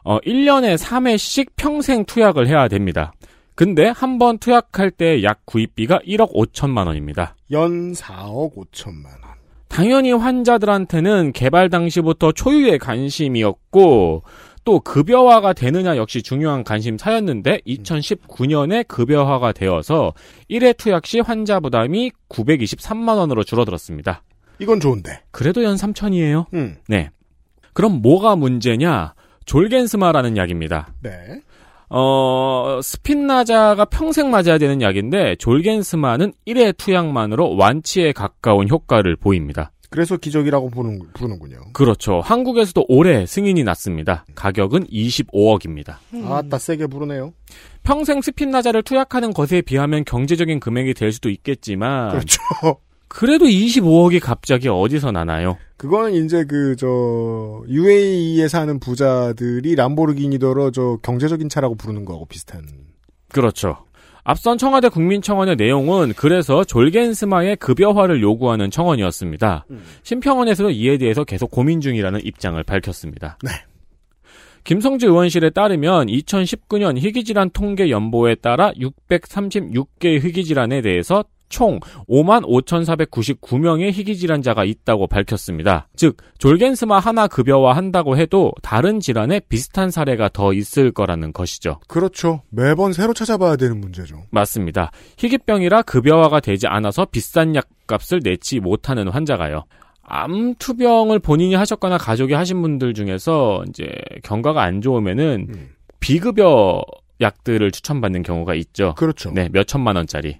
Speaker 2: 어 1년에 3회씩 평생 투약을 해야 됩니다. 근데 한 번 투약할 때 약 구입비가 1억 5천만 원입니다.
Speaker 4: 연 4억 5천만 원.
Speaker 2: 당연히 환자들한테는 개발 당시부터 초유의 관심이었고 또 급여화가 되느냐 역시 중요한 관심사였는데 2019년에 급여화가 되어서 1회 투약 시 환자 부담이 923만 원으로 줄어들었습니다.
Speaker 4: 이건 좋은데.
Speaker 2: 그래도 연 3천이에요.
Speaker 4: 음.
Speaker 2: 네. 그럼 뭐가 문제냐? 졸겐스마라는 약입니다.
Speaker 4: 네.
Speaker 2: 어, 스핀나자가 평생 맞아야 되는 약인데 졸겐스마는 1회 투약만으로 완치에 가까운 효과를 보입니다.
Speaker 4: 그래서 기적이라고 부르는, 부르는군요.
Speaker 2: 그렇죠. 한국에서도 올해 승인이 났습니다. 가격은 25억입니다.
Speaker 4: 아따 세게 부르네요.
Speaker 2: 평생 스핀나자를 투약하는 것에 비하면 경제적인 금액이 될 수도 있겠지만
Speaker 4: 그렇죠.
Speaker 2: 래도 25억이 갑자기 어디서 나나요?
Speaker 4: 그거는 이제 그 저 UAE에 사는 부자들이 람보르기니더러 저 경제적인 차라고 부르는 거하고 비슷한.
Speaker 2: 그렇죠. 앞선 청와대 국민청원의 내용은 그래서 졸겐스마의 급여화를 요구하는 청원이었습니다. 심평원에서도 이에 대해서 계속 고민 중이라는 입장을 밝혔습니다.
Speaker 4: 네.
Speaker 2: 김성주 의원실에 따르면 2019년 희귀질환 통계 연보에 따라 636개의 희귀질환에 대해서 총 55,499명의 희귀질환자가 있다고 밝혔습니다. 즉, 졸겐스마 하나 급여화 한다고 해도 다른 질환에 비슷한 사례가 더 있을 거라는 것이죠.
Speaker 4: 그렇죠. 매번 새로 찾아봐야 되는 문제죠.
Speaker 2: 맞습니다. 희귀병이라 급여화가 되지 않아서 비싼 약값을 내지 못하는 환자가요. 암투병을 본인이 하셨거나 가족이 하신 분들 중에서 이제 경과가 안 좋으면은
Speaker 4: 음.
Speaker 2: 비급여 약들을 추천받는 경우가 있죠.
Speaker 4: 그렇죠.
Speaker 2: 네, 몇 천만 원짜리.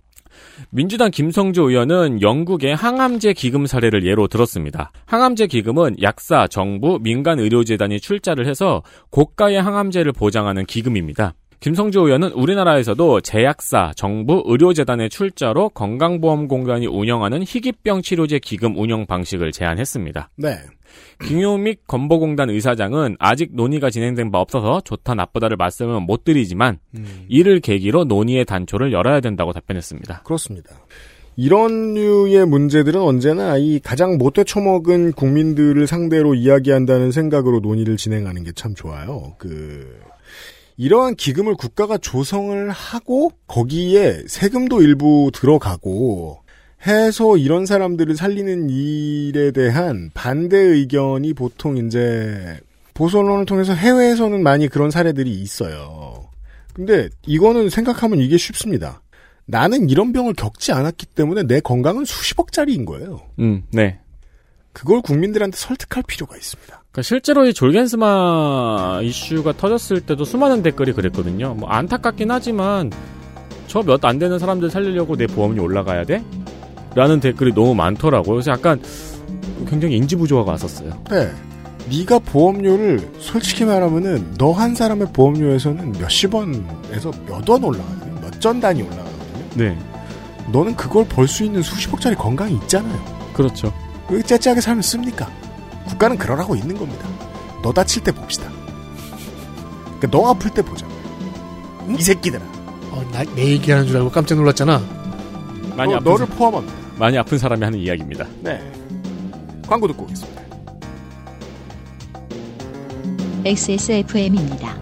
Speaker 2: 민주당 김성주 의원은 영국의 항암제 기금 사례를 예로 들었습니다. 항암제 기금은 약사, 정부, 민간 의료재단이 출자를 해서 고가의 항암제를 보장하는 기금입니다. 김성주 의원은 우리나라에서도 제약사, 정부, 의료재단의 출자로 건강보험공단이 운영하는 희귀병 치료제 기금 운영 방식을 제안했습니다.
Speaker 4: 네.
Speaker 2: 김효믹 건보공단 의사장은 아직 논의가 진행된 바 없어서 좋다 나쁘다를 말씀은 못 드리지만 이를 계기로 논의의 단초를 열어야 된다고 답변했습니다.
Speaker 4: 그렇습니다. 이런 류의 문제들은 언제나 이 가장 못 되쳐먹은 국민들을 상대로 이야기한다는 생각으로 논의를 진행하는 게 참 좋아요. 그, 이러한 기금을 국가가 조성을 하고 거기에 세금도 일부 들어가고 해서 이런 사람들을 살리는 일에 대한 반대 의견이 보통 이제 보수 언론을 통해서 해외에서는 많이 그런 사례들이 있어요. 근데 이거는 생각하면 이게 쉽습니다. 나는 이런 병을 겪지 않았기 때문에 내 건강은 수십억짜리인 거예요.
Speaker 2: 음, 네.
Speaker 4: 그걸 국민들한테 설득할 필요가 있습니다.
Speaker 2: 그러니까 실제로 이 졸겐스마 이슈가 터졌을 때도 수많은 댓글이 그랬거든요. 뭐 안타깝긴 하지만 저 몇 안 되는 사람들 살리려고 내 보험이 올라가야 돼? 라는 댓글이 너무 많더라고요. 그래서 약간 굉장히 인지 부조화가 왔었어요.
Speaker 4: 네. 네가 보험료를 솔직히 말하면은 너 한 사람의 보험료에서는 몇십 원에서 몇 원 올라가요. 몇전 단위 올라가거든요.
Speaker 2: 네,
Speaker 4: 너는 그걸 벌 수 있는 수십억짜리 건강이 있잖아요.
Speaker 2: 그렇죠.
Speaker 4: 왜 째째하게 살면 씁니까? 국가는 그러라고 있는 겁니다. 너 다칠 때 봅시다. 그러니까 너 아플 때 보자. 이 새끼들아.
Speaker 3: 어, 나, 내 얘기하는 줄 알고 깜짝 놀랐잖아.
Speaker 2: 많이
Speaker 4: 너,
Speaker 2: 아픈
Speaker 4: 너를
Speaker 2: 사-
Speaker 4: 포함합니다.
Speaker 2: 많이 아픈 사람이 하는 이야기입니다.
Speaker 4: 네. 광고 듣고 오겠습니다.
Speaker 1: XSFM입니다.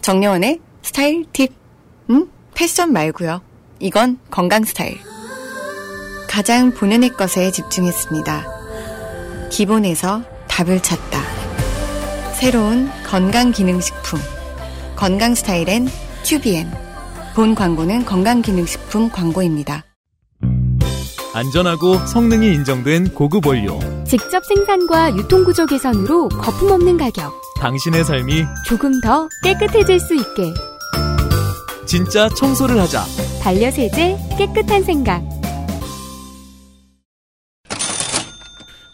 Speaker 5: 정려원의 스타일 팁. 음? 패션 말고요. 이건 건강 스타일. 가장 본연의 것에 집중했습니다. 기본에서 답을 찾다. 새로운 건강 기능 식품. 건강 스타일엔 튜비엔. 본 광고는 건강 기능 식품 광고입니다.
Speaker 7: 안전하고 성능이 인정된 고급 원료.
Speaker 6: 직접 생산과 유통구조 개선으로 거품 없는 가격.
Speaker 7: 당신의 삶이
Speaker 6: 조금 더 깨끗해질 수 있게.
Speaker 7: 진짜 청소를 하자.
Speaker 6: 반려세제 깨끗한 생각.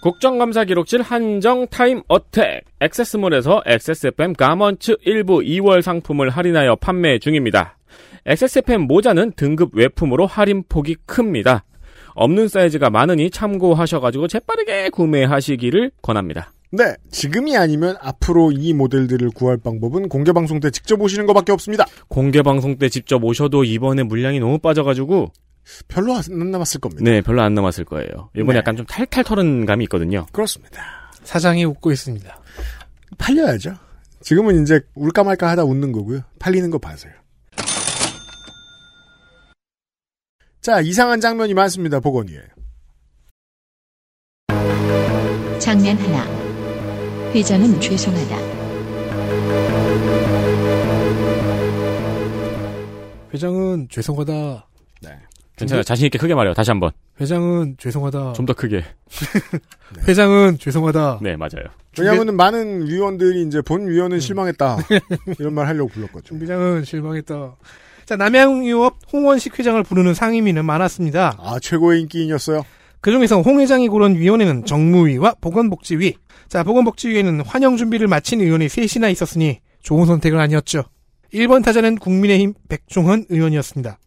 Speaker 2: 국정감사 기록실 한정 타임 어택 액세스몰에서 XSFM 가먼츠 일부 2월 상품을 할인하여 판매 중입니다. XSFM 모자는 등급 외품으로 할인폭이 큽니다. 없는 사이즈가 많으니 참고하셔가지고 재빠르게 구매하시기를 권합니다.
Speaker 4: 네, 지금이 아니면 앞으로 이 모델들을 구할 방법은 공개 방송 때 직접 오시는 것밖에 없습니다.
Speaker 2: 공개 방송 때 직접 오셔도 이번에 물량이 너무 빠져가지고
Speaker 4: 별로 안 남았을 겁니다.
Speaker 2: 네 별로 안 남았을 거예요. 이번에
Speaker 4: 네.
Speaker 2: 약간 좀 탈탈 털은 감이 있거든요.
Speaker 4: 그렇습니다.
Speaker 3: 사장이 웃고 있습니다.
Speaker 4: 팔려야죠. 지금은 이제 울까 말까 하다 웃는 거고요. 팔리는 거 봐서요. 자, 이상한 장면이 많습니다. 보건위에.
Speaker 1: 장면 하나. 회장은 죄송하다.
Speaker 3: 회장은 죄송하다.
Speaker 2: 괜찮아요. 자신 있게 크게 말해요. 다시 한번
Speaker 3: 회장은 죄송하다.
Speaker 2: 좀 더 크게.
Speaker 3: 회장은 죄송하다.
Speaker 2: 네 맞아요.
Speaker 4: 왜냐하면 많은 위원들이 이제 본 위원은 실망했다 이런 말 하려고 불렀거든요.
Speaker 3: 음. 준비장은 실망했다. 자, 남양유업 홍원식 회장을 부르는 상임위는 많았습니다.
Speaker 4: 아 최고의 인기인이었어요.
Speaker 3: 그중에서 홍 회장이 고른 위원회는 정무위와 보건복지위. 자, 보건복지위에는 환영 준비를 마친 의원이 셋이나 있었으니 좋은 선택은 아니었죠. 1번 타자는 국민의힘 백종원 의원이었습니다.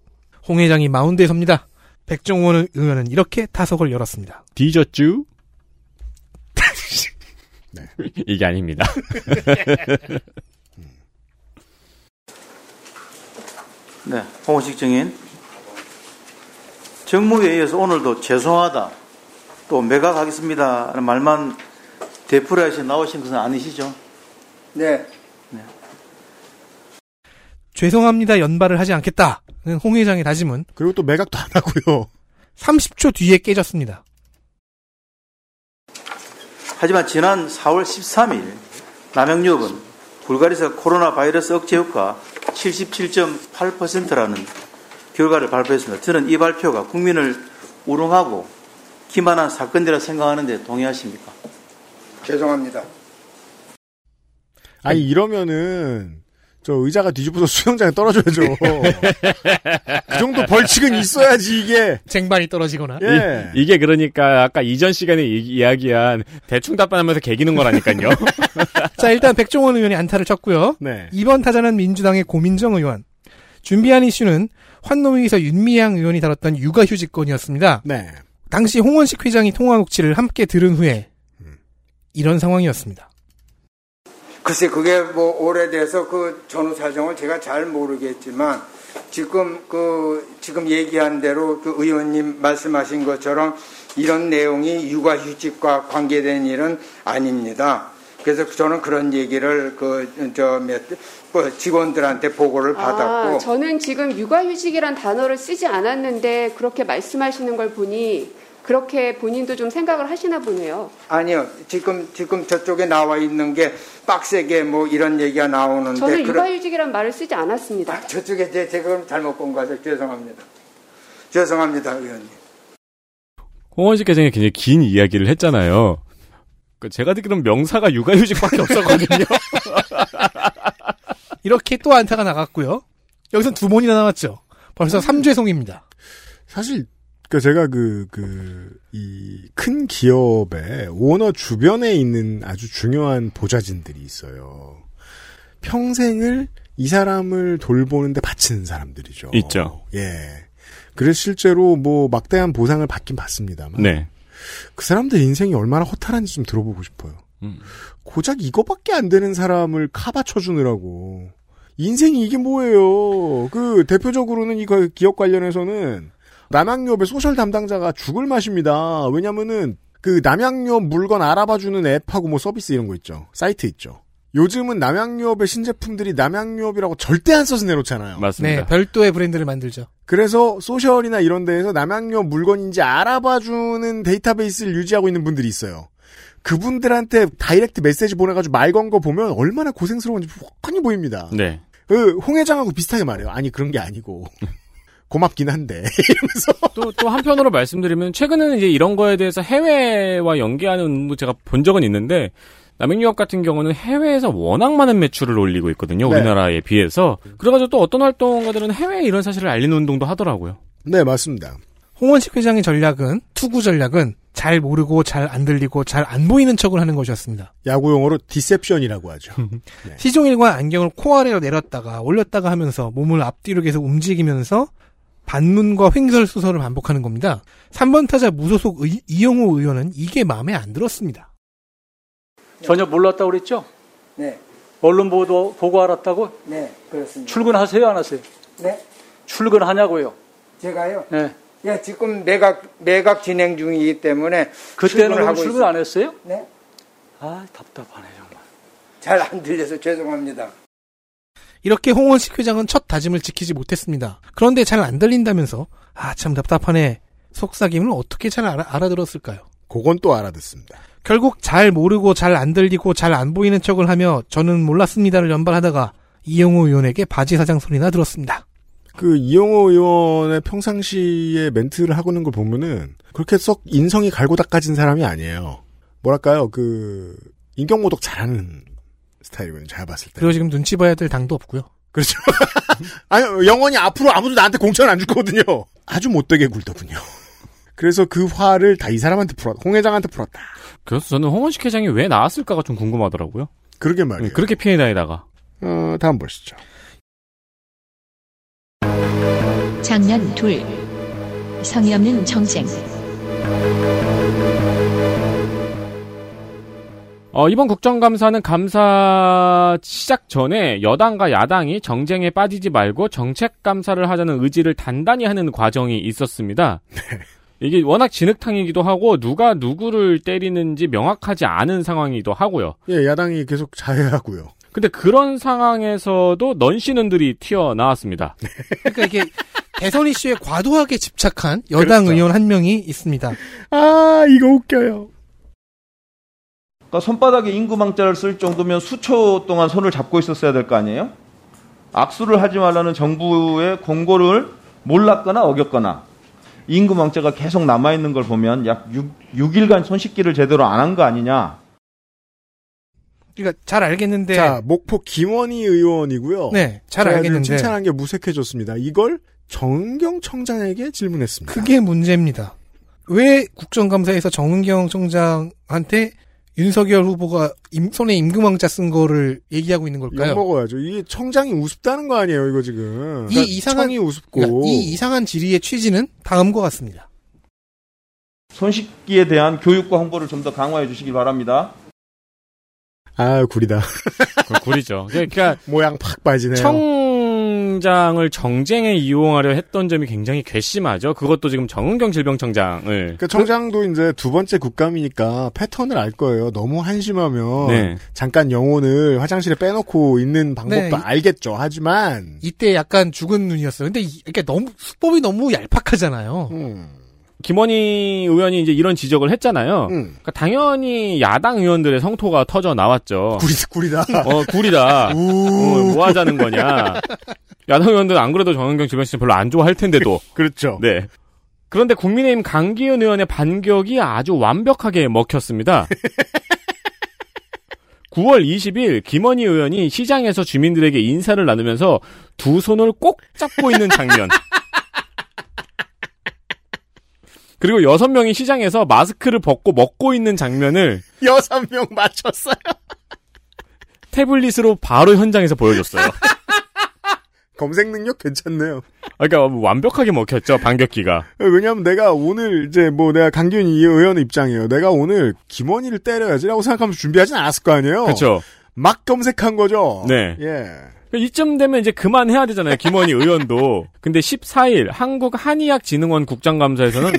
Speaker 3: 홍 회장이 마운드에 섭니다. 백종원 의원은 이렇게 타석을 열었습니다.
Speaker 2: 뒤졌쥬?
Speaker 4: 네.
Speaker 2: 이게 아닙니다.
Speaker 8: 네, 홍원식 증인. 정무에 의해서 오늘도 죄송하다, 또 매각하겠습니다. 라는 말만 대풀이하시 나오신 것은 아니시죠? 네.
Speaker 3: 죄송합니다 연발을 하지 않겠다는 홍 회장의 다짐은
Speaker 4: 그리고 또 매각도 안 하고요.
Speaker 3: 30초 뒤에 깨졌습니다.
Speaker 8: 하지만 지난 4월 13일 남양유업은 불가리에서 코로나 바이러스 억제 효과 77.8%라는 결과를 발표했습니다. 저는 이 발표가 국민을 우롱하고 기만한 사건이라 생각하는데 동의하십니까?
Speaker 9: 죄송합니다.
Speaker 4: 아니 이러면은 저 의자가 뒤집어서 수영장에 떨어져야죠. 그 정도 벌칙은 있어야지 이게.
Speaker 3: 쟁반이 떨어지거나.
Speaker 4: 예.
Speaker 2: 이, 게 그러니까 아까 이전 시간에 이, 야기한 대충 답변하면서 개기는 거라니까요.
Speaker 3: 자, 일단 백종원 의원이 안타를 쳤고요.
Speaker 4: 네.
Speaker 3: 2번 타자는 민주당의 고민정 의원. 준비한 이슈는 환노위에서 윤미향 의원이 다뤘던 육아휴직권이었습니다.
Speaker 4: 네.
Speaker 3: 당시 홍원식 회장이 통화 녹취를 함께 들은 후에 이런 상황이었습니다.
Speaker 9: 글쎄 그게 뭐 오래돼서 그 전후 사정을 제가 잘 모르겠지만 지금 그 지금 얘기한 대로 그 의원님 말씀하신 것처럼 이런 내용이 육아휴직과 관계된 일은 아닙니다. 그래서 저는 그런 얘기를 그저몇 뭐 직원들한테 보고를 받았고
Speaker 10: 아, 저는 지금 육아휴직이란 단어를 쓰지 않았는데 그렇게 말씀하시는 걸 보니 그렇게 본인도 좀 생각을 하시나 보네요.
Speaker 9: 아니요 지금 지금 저쪽에 나와 있는 게 빡세게 뭐 이런 얘기가 나오는데
Speaker 10: 저는
Speaker 9: 그런-
Speaker 10: 육아휴직이란 말을 쓰지 않았습니다.
Speaker 9: 아, 저쪽에 제, 제가 그럼 잘못 본 거죠. 죄송합니다. 죄송합니다, 의원님.
Speaker 2: 홍원식 회장이 굉장히 긴 이야기를 했잖아요. 그 제가 듣기로는 명사가 육아휴직밖에 없었거든요.
Speaker 3: 이렇게 또 안타가 나갔고요. 여기서 두 번이나 나왔죠. 벌써 3죄송입니다.
Speaker 4: 사실 그 제가 그 그 이 큰 기업의 오너 주변에 있는 아주 중요한 보좌진들이 있어요. 평생을 이 사람을 돌보는데 바치는 사람들이죠.
Speaker 2: 있죠.
Speaker 4: 예. 그래서 실제로 뭐 막대한 보상을 받긴 받습니다만
Speaker 2: 네.
Speaker 4: 그 사람들 인생이 얼마나 허탈한지 좀 들어보고 싶어요.
Speaker 2: 음.
Speaker 4: 고작 이거밖에 안 되는 사람을 카바 쳐주느라고. 인생이 이게 뭐예요. 그, 대표적으로는 이 거- 기업 관련해서는 남양유업의 소셜 담당자가 죽을 맛입니다. 왜냐면은 그 남양유업 물건 알아봐주는 앱하고 뭐 서비스 이런 거 있죠. 사이트 있죠. 요즘은 남양유업의 신제품들이 남양유업이라고 절대 안 써서 내놓잖아요.
Speaker 2: 맞습니다.
Speaker 3: 네, 별도의 브랜드를 만들죠.
Speaker 4: 그래서 소셜이나 이런 데에서 남양유업 물건인지 알아봐주는 데이터베이스를 유지하고 있는 분들이 있어요. 그분들한테 다이렉트 메시지 보내가지고 말 건 거 보면 얼마나 고생스러운지 훤히 보입니다.
Speaker 2: 네.
Speaker 4: 그 홍 회장하고 비슷하게 말해요. 아니 그런 게 아니고 고맙긴 한데
Speaker 2: 또, 또 한편으로 말씀드리면, 최근에는 이제 이런 거에 대해서 해외와 연계하는 운도 제가 본 적은 있는데, 남양유업 같은 경우는 해외에서 워낙 많은 매출을 올리고 있거든요.
Speaker 4: 네.
Speaker 2: 우리나라에 비해서. 그래가지고 또 어떤 활동가들은 해외에 이런 사실을 알리는 운동도 하더라고요.
Speaker 4: 네 맞습니다.
Speaker 3: 홍원식 회장의 전략은 투구 전략은 잘 모르고 잘 안 들리고 잘 안 보이는 척을 하는 것이었습니다.
Speaker 4: 야구 용어로 디셉션이라고 하죠.
Speaker 3: 시종일관 안경을 코아래로 내렸다가 올렸다가 하면서 몸을 앞뒤로 계속 움직이면서 반문과 횡설수설을 반복하는 겁니다. 3번 타자 무소속 의- 이영호 의원은 이게 마음에 안 들었습니다.
Speaker 11: 전혀 몰랐다고 그랬죠?
Speaker 9: 네,
Speaker 11: 언론 보도, 보고 알았다고?
Speaker 9: 네, 그렇습니다.
Speaker 11: 출근하세요, 안 하세요?
Speaker 9: 네,
Speaker 11: 출근하냐고요?
Speaker 9: 제가요.
Speaker 11: 네.
Speaker 9: 예, 지금 매각 매각 진행 중이기 때문에
Speaker 11: 그때는
Speaker 9: 출근을
Speaker 11: 그럼
Speaker 9: 하고
Speaker 11: 출근
Speaker 9: 있-
Speaker 11: 안 했어요?
Speaker 9: 네,
Speaker 11: 아, 답답하네, 정말.
Speaker 9: 잘 안 들려서 죄송합니다.
Speaker 3: 이렇게 홍원식 회장은 첫 다짐을 지키지 못했습니다. 그런데 잘 안 들린다면서 아 참 답답하네 속삭임을 어떻게 잘 알아- 알아들었을까요?
Speaker 4: 그건 또 알아듣습니다.
Speaker 3: 결국 잘 모르고 잘 안 들리고 잘 안 보이는 척을 하며 저는 몰랐습니다를 연발하다가 이영호 의원에게 바지 사장 소리나 들었습니다.
Speaker 4: 그 이용호 의원의 평상시에 멘트를 하고 있는 걸 보면은 그렇게 썩 인성이 갈고 닦아진 사람이 아니에요. 뭐랄까요 그 인격모독 잘하는 스타일이거든요. 제가 봤을 때.
Speaker 3: 그리고 지금 눈치 봐야 될 당도 없고요.
Speaker 4: 그렇죠. 아니, 영원히 앞으로 아무도 나한테 공천을 안 줄 거거든요. 아주 못되게 굴더군요. 그래서 그 화를 다 이 사람한테 풀었다. 홍 회장한테 풀었다.
Speaker 2: 그래서 저는 홍원식 회장이 왜 나왔을까가 좀 궁금하더라고요.
Speaker 4: 네, 그러게 말이에요.
Speaker 2: 그렇게 피해 다니다가.
Speaker 4: 어, 다음 보시죠.
Speaker 1: 장면 둘 성의 없는 정쟁
Speaker 2: 어, 이번 국정감사는 감사 시작 전에 여당과 야당이 정쟁에 빠지지 말고 정책감사를 하자는 의지를 단단히 하는 과정이 있었습니다. 이게 워낙 진흙탕이기도 하고 누가 누구를 때리는지 명확하지 않은 상황이기도 하고요.
Speaker 4: 예, 야당이 계속 자해하고요.
Speaker 2: 근데 그런 상황에서도 넌신은들이 튀어나왔습니다.
Speaker 3: 그러니까 이게 대선 이슈에 과도하게 집착한 여당 의원 한 명이 있습니다.
Speaker 4: 아, 이거 웃겨요.
Speaker 12: 그러니까 손바닥에 인구망자를 쓸 정도면 수초 동안 손을 잡고 있었어야 될 거 아니에요? 악수를 하지 말라는 정부의 공고를 몰랐거나 어겼거나 인구망자가 계속 남아있는 걸 보면 약 6, 일간 손 씻기를 제대로 안 한 거 아니냐.
Speaker 3: 그러니까 잘 알겠는데
Speaker 4: 자, 목포 김원희 의원이고요.
Speaker 3: 네, 잘
Speaker 4: 제가
Speaker 3: 알겠는데.
Speaker 4: 지금 칭찬한 게 무색해졌습니다. 이걸 정은경 청장에게 질문했습니다.
Speaker 3: 그게 문제입니다. 왜 국정감사에서 정은경 총장한테 윤석열 후보가 임, 손에 임금왕자 쓴 거를 얘기하고 있는 걸까요?
Speaker 4: 욕먹어야죠. 이게 청장이 우습다는 거 아니에요, 이거 지금. 그러니까
Speaker 3: 이 이상한
Speaker 4: 청이 우습고.
Speaker 3: 그러니까 이 이상한 질의의 취지는 다음과 같습니다.
Speaker 12: 손쉽기에 대한 교육과 홍보를 좀 더 강화해 주시길 바랍니다.
Speaker 4: 아, 구리다.
Speaker 2: 구리죠. 그러니까
Speaker 4: 모양 팍 빠지네요.
Speaker 2: 청장을 정쟁에 이용하려 했던 점이 굉장히 괘씸하죠. 그것도 지금 정은경 질병청장을
Speaker 4: 그 청장도 이제 두 번째 국감이니까 패턴을 알 거예요. 너무 한심하면
Speaker 2: 네.
Speaker 4: 잠깐 영혼을 화장실에 빼놓고 있는 방법도
Speaker 3: 네, 이-
Speaker 4: 알겠죠. 하지만
Speaker 3: 이때 약간 죽은 눈이었어요. 근데 이- 이게 너무 수법이 너무 얄팍하잖아요.
Speaker 2: 김원희 의원이 이제 이런 지적을 했잖아요. 그러니까 당연히 야당 의원들의 성토가 터져 나왔죠.
Speaker 4: 구리, 다
Speaker 2: 어, 구리다. 어, 뭐 하자는 거냐. 야당 의원들 은안 그래도 정은경 주변 씨는 별로 안 좋아할 텐데도.
Speaker 4: 그렇죠.
Speaker 2: 네. 그런데 국민의힘 강기현 의원의 반격이 아주 완벽하게 먹혔습니다. 9월 20일 김원희 의원이 시장에서 주민들에게 인사를 나누면서 두 손을 꼭 잡고 있는 장면. 그리고 여섯 명이 시장에서 마스크를 벗고 먹고 있는 장면을
Speaker 3: 네.
Speaker 4: 여섯 명 맞췄어요.
Speaker 2: 태블릿으로 바로 현장에서 보여줬어요. 아,
Speaker 4: 검색 능력 괜찮네요.
Speaker 2: 그러니까 완벽하게 먹혔죠 반격기가.
Speaker 4: 예, 왜냐하면 내가 오늘 이제 뭐 내가 강균 이 의원의 입장이에요. 내가 오늘 김원희를 때려야지라고 생각하면서 준비하진 않았을 거 아니에요.
Speaker 2: 그렇죠.
Speaker 4: 막 검색한 거죠.
Speaker 2: 네.
Speaker 4: 예.
Speaker 2: 이쯤 되면 이제 그만해야 되잖아요. 김원희 의원도. 근데 14일 한국 한의학 진흥원 국장감사에서는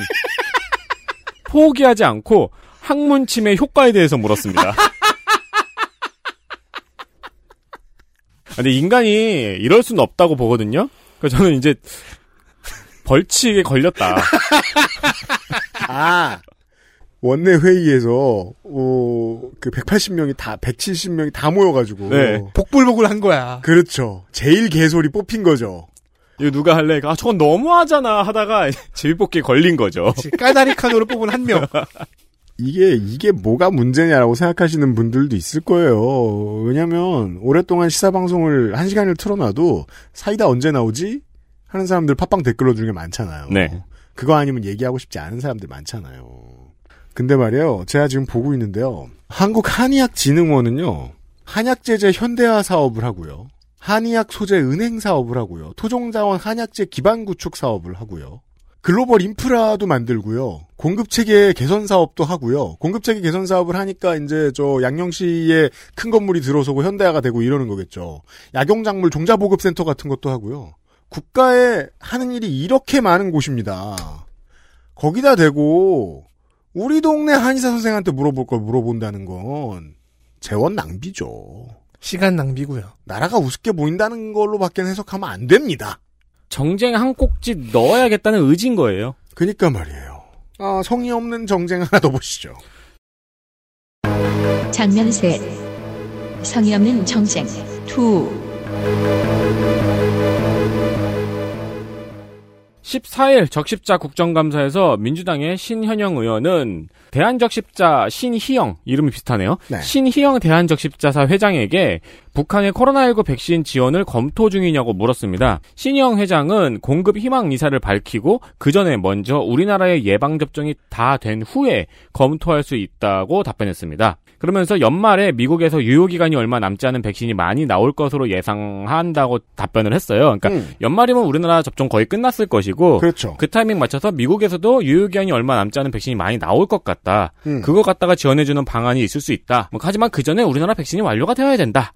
Speaker 2: 포기하지 않고 항문 침의 효과에 대해서 물었습니다. 근데 인간이 이럴 수는 없다고 보거든요. 그러니까 저는 이제 벌칙에 걸렸다.
Speaker 4: 아. 원내 회의에서 어그 180명이 다 170명이 다 모여가지고
Speaker 2: 네.
Speaker 3: 복불복을 한 거야.
Speaker 4: 그렇죠. 제일 개소리 뽑힌 거죠.
Speaker 2: 이거 누가 할래? 아 저건 너무하잖아 하다가 제비뽑기에 걸린 거죠.
Speaker 3: 까다리 카노를 뽑은 한 명.
Speaker 4: 이게 이게 뭐가 문제냐라고 생각하시는 분들도 있을 거예요. 왜냐하면 오랫동안 시사 방송을 한 시간을 틀어놔도 사이다 언제 나오지 하는 사람들 팟빵 댓글로 중에 많잖아요.
Speaker 2: 네.
Speaker 4: 그거 아니면 얘기하고 싶지 않은 사람들 많잖아요. 근데 말이에요. 제가 지금 보고 있는데요. 한국 한의학 진흥원은요. 한약 제재 현대화 사업을 하고요. 한의학 소재 은행 사업을 하고요. 토종자원 한약재 기반 구축 사업을 하고요. 글로벌 인프라도 만들고요. 공급 체계 개선 사업도 하고요. 공급 체계 개선 사업을 하니까 이제 저 양양시에 큰 건물이 들어서고 현대화가 되고 이러는 거겠죠. 약용작물 종자 보급 센터 같은 것도 하고요. 국가에 하는 일이 이렇게 많은 곳입니다. 거기다 대고 우리 동네 한의사 선생한테 물어볼 걸 물어본다는 건 재원 낭비죠.
Speaker 3: 시간 낭비고요.
Speaker 4: 나라가 우습게 보인다는 걸로밖에 해석하면 안 됩니다.
Speaker 2: 정쟁 한 꼭지 넣어야겠다는 의지인 거예요.
Speaker 4: 그니까 말이에요. 아, 성의 없는 정쟁 하나 더 보시죠.
Speaker 1: 장면 셋 성의 없는 정쟁 2
Speaker 2: 14일 적십자 국정감사에서 민주당의 신현영 의원은 대한적십자 신희영 이름이 비슷하네요.
Speaker 4: 네.
Speaker 2: 신희영 대한적십자사 회장에게 북한의 코로나19 백신 지원을 검토 중이냐고 물었습니다. 신희영 회장은 공급 희망 이사를 밝히고 그 전에 먼저 우리나라의 예방 접종이 다 된 후에 검토할 수 있다고 답변했습니다. 그러면서 연말에 미국에서 유효 기간이 얼마 남지 않은 백신이 많이 나올 것으로 예상한다고 답변을 했어요. 그러니까 연말이면 우리나라 접종 거의 끝났을 것이고
Speaker 4: 음. 그렇죠.
Speaker 2: 그 타이밍 맞춰서 미국에서도 유효기한이 얼마 남지 않은 백신이 많이 나올 것 같다.
Speaker 4: 음.
Speaker 2: 그거 갖다가 지원해주는 방안이 있을 수 있다. 뭐, 하지만 그 전에 우리나라 백신이 완료가 되어야 된다.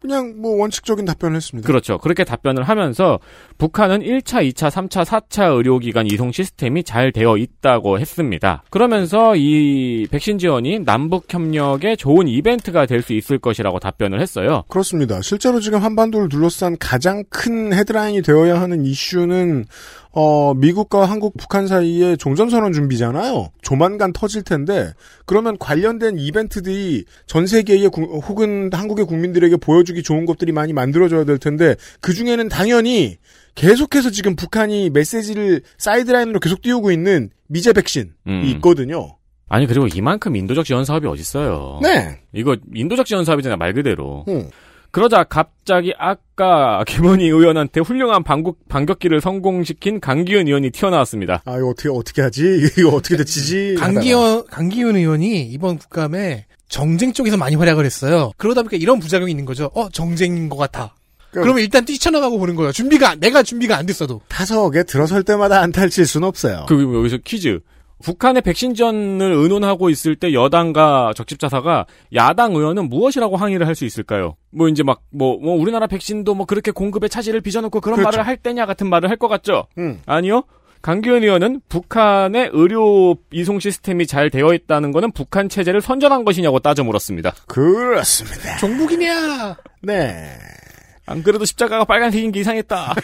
Speaker 4: 그냥 뭐 원칙적인 답변을 했습니다.
Speaker 2: 그렇죠. 그렇게 답변을 하면서 북한은 1차, 2차, 3차, 4차 의료기관 이송 시스템이 잘 되어 있다고 했습니다. 그러면서 이 백신 지원이 남북 협력에 좋은 이벤트가 될 수 있을 것이라고 답변을 했어요.
Speaker 4: 그렇습니다. 실제로 지금 한반도를 둘러싼 가장 큰 헤드라인이 되어야 하는 이슈는 어, 미국과 한국, 북한 사이의 종전선언 준비잖아요. 조만간 터질 텐데 그러면 관련된 이벤트들이 전 세계의 구- 혹은 한국의 국민들에게 보여주기 좋은 것들이 많이 만들어져야 될 텐데 그 중에는 당연히 계속해서 지금 북한이 메시지를 사이드라인으로 계속 띄우고 있는 미제 백신이
Speaker 2: 음.
Speaker 4: 있거든요.
Speaker 2: 아니 그리고 이만큼 인도적 지원 사업이 어딨어요.
Speaker 4: 네.
Speaker 2: 이거 인도적 지원 사업이잖아 말 그대로.
Speaker 4: 음.
Speaker 2: 그러자 갑자기 아까 김원희 의원한테 훌륭한 반국, 반격기를 성공시킨 강기현 의원이 튀어나왔습니다.
Speaker 4: 아 이거 어떻게 어떻게 하지? 이거 어떻게 대치지?
Speaker 3: 강기현, 강기훈 의원이 이번 국감에 정쟁 쪽에서 많이 활약을 했어요. 그러다 보니까 이런 부작용이 있는 거죠. 어, 정쟁인 것 같아. 그러면 일단 뛰쳐나가고 보는 거예요. 준비가, 내가 준비가 안 됐어도.
Speaker 4: 타석에 들어설 때마다 안탈칠 순 없어요.
Speaker 2: 그리고 여기서 퀴즈. 북한의 백신 전을 의논하고 있을 때 여당과 적십자사가 야당 의원은 무엇이라고 항의를 할 수 있을까요? 뭐 이제 막 뭐 뭐 우리나라 백신도 뭐 그렇게 공급에 차질을 빚어놓고 그런
Speaker 4: 그렇죠.
Speaker 2: 말을 할 때냐 같은 말을 할 것 같죠?
Speaker 4: 음.
Speaker 2: 아니요. 강기현 의원은 북한의 의료 이송 시스템이 잘 되어 있다는 것은 북한 체제를 선전한 것이냐고 따져 물었습니다.
Speaker 4: 그렇습니다.
Speaker 3: 종북이냐?
Speaker 4: 네.
Speaker 2: 안 그래도 십자가가 빨간색인 게 이상했다.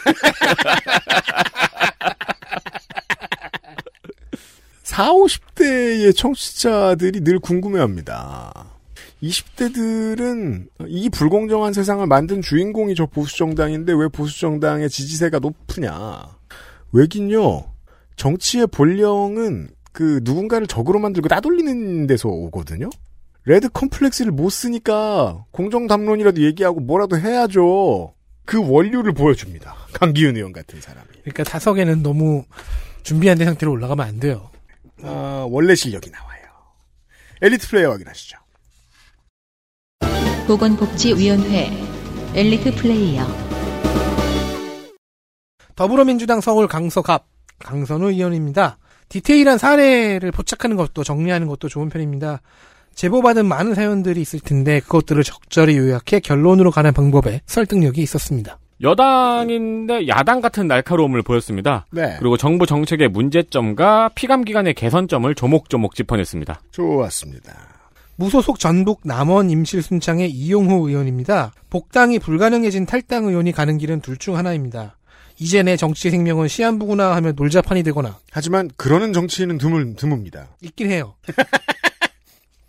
Speaker 4: 사, 오십 대의 청취자들이 늘 궁금해합니다. 20대들은 이 불공정한 세상을 만든 주인공이 저 보수정당인데 왜 보수정당의 지지세가 높으냐. 왜긴요. 정치의 본령은 그 누군가를 적으로 만들고 따돌리는 데서 오거든요. 레드 컴플렉스를 못 쓰니까 공정담론이라도 얘기하고 뭐라도 해야죠. 그 원료를 보여줍니다. 강기훈 의원 같은 사람이.
Speaker 3: 그러니까 타석에는 너무 준비 안 된 상태로 올라가면 안 돼요.
Speaker 4: 아, 원래 실력이 나와요. 엘리트 플레이어 확인하시죠.
Speaker 1: 보건복지위원회 엘리트 플레이어
Speaker 3: 더불어민주당 서울 강서갑 강선우 의원입니다. 디테일한 사례를 포착하는 것도 정리하는 것도 좋은 편입니다. 제보받은 많은 사연들이 있을 텐데 그것들을 적절히 요약해 결론으로 가는 방법에 설득력이 있었습니다.
Speaker 2: 여당인데 야당 같은 날카로움을 보였습니다.
Speaker 4: 네.
Speaker 2: 그리고 정부 정책의 문제점과 피감 기관의 개선점을 조목조목 짚어냈습니다.
Speaker 4: 좋았습니다.
Speaker 3: 무소속 전북 남원 임실순창의 이용호 의원입니다. 복당이 불가능해진 탈당 의원이 가는 길은 둘 중 하나입니다. 이제 내 정치 생명은 시한부구나 하며 놀자판이 되거나
Speaker 4: 하지만 그러는 정치인은 드물, 드뭅니다.
Speaker 3: 있긴 해요.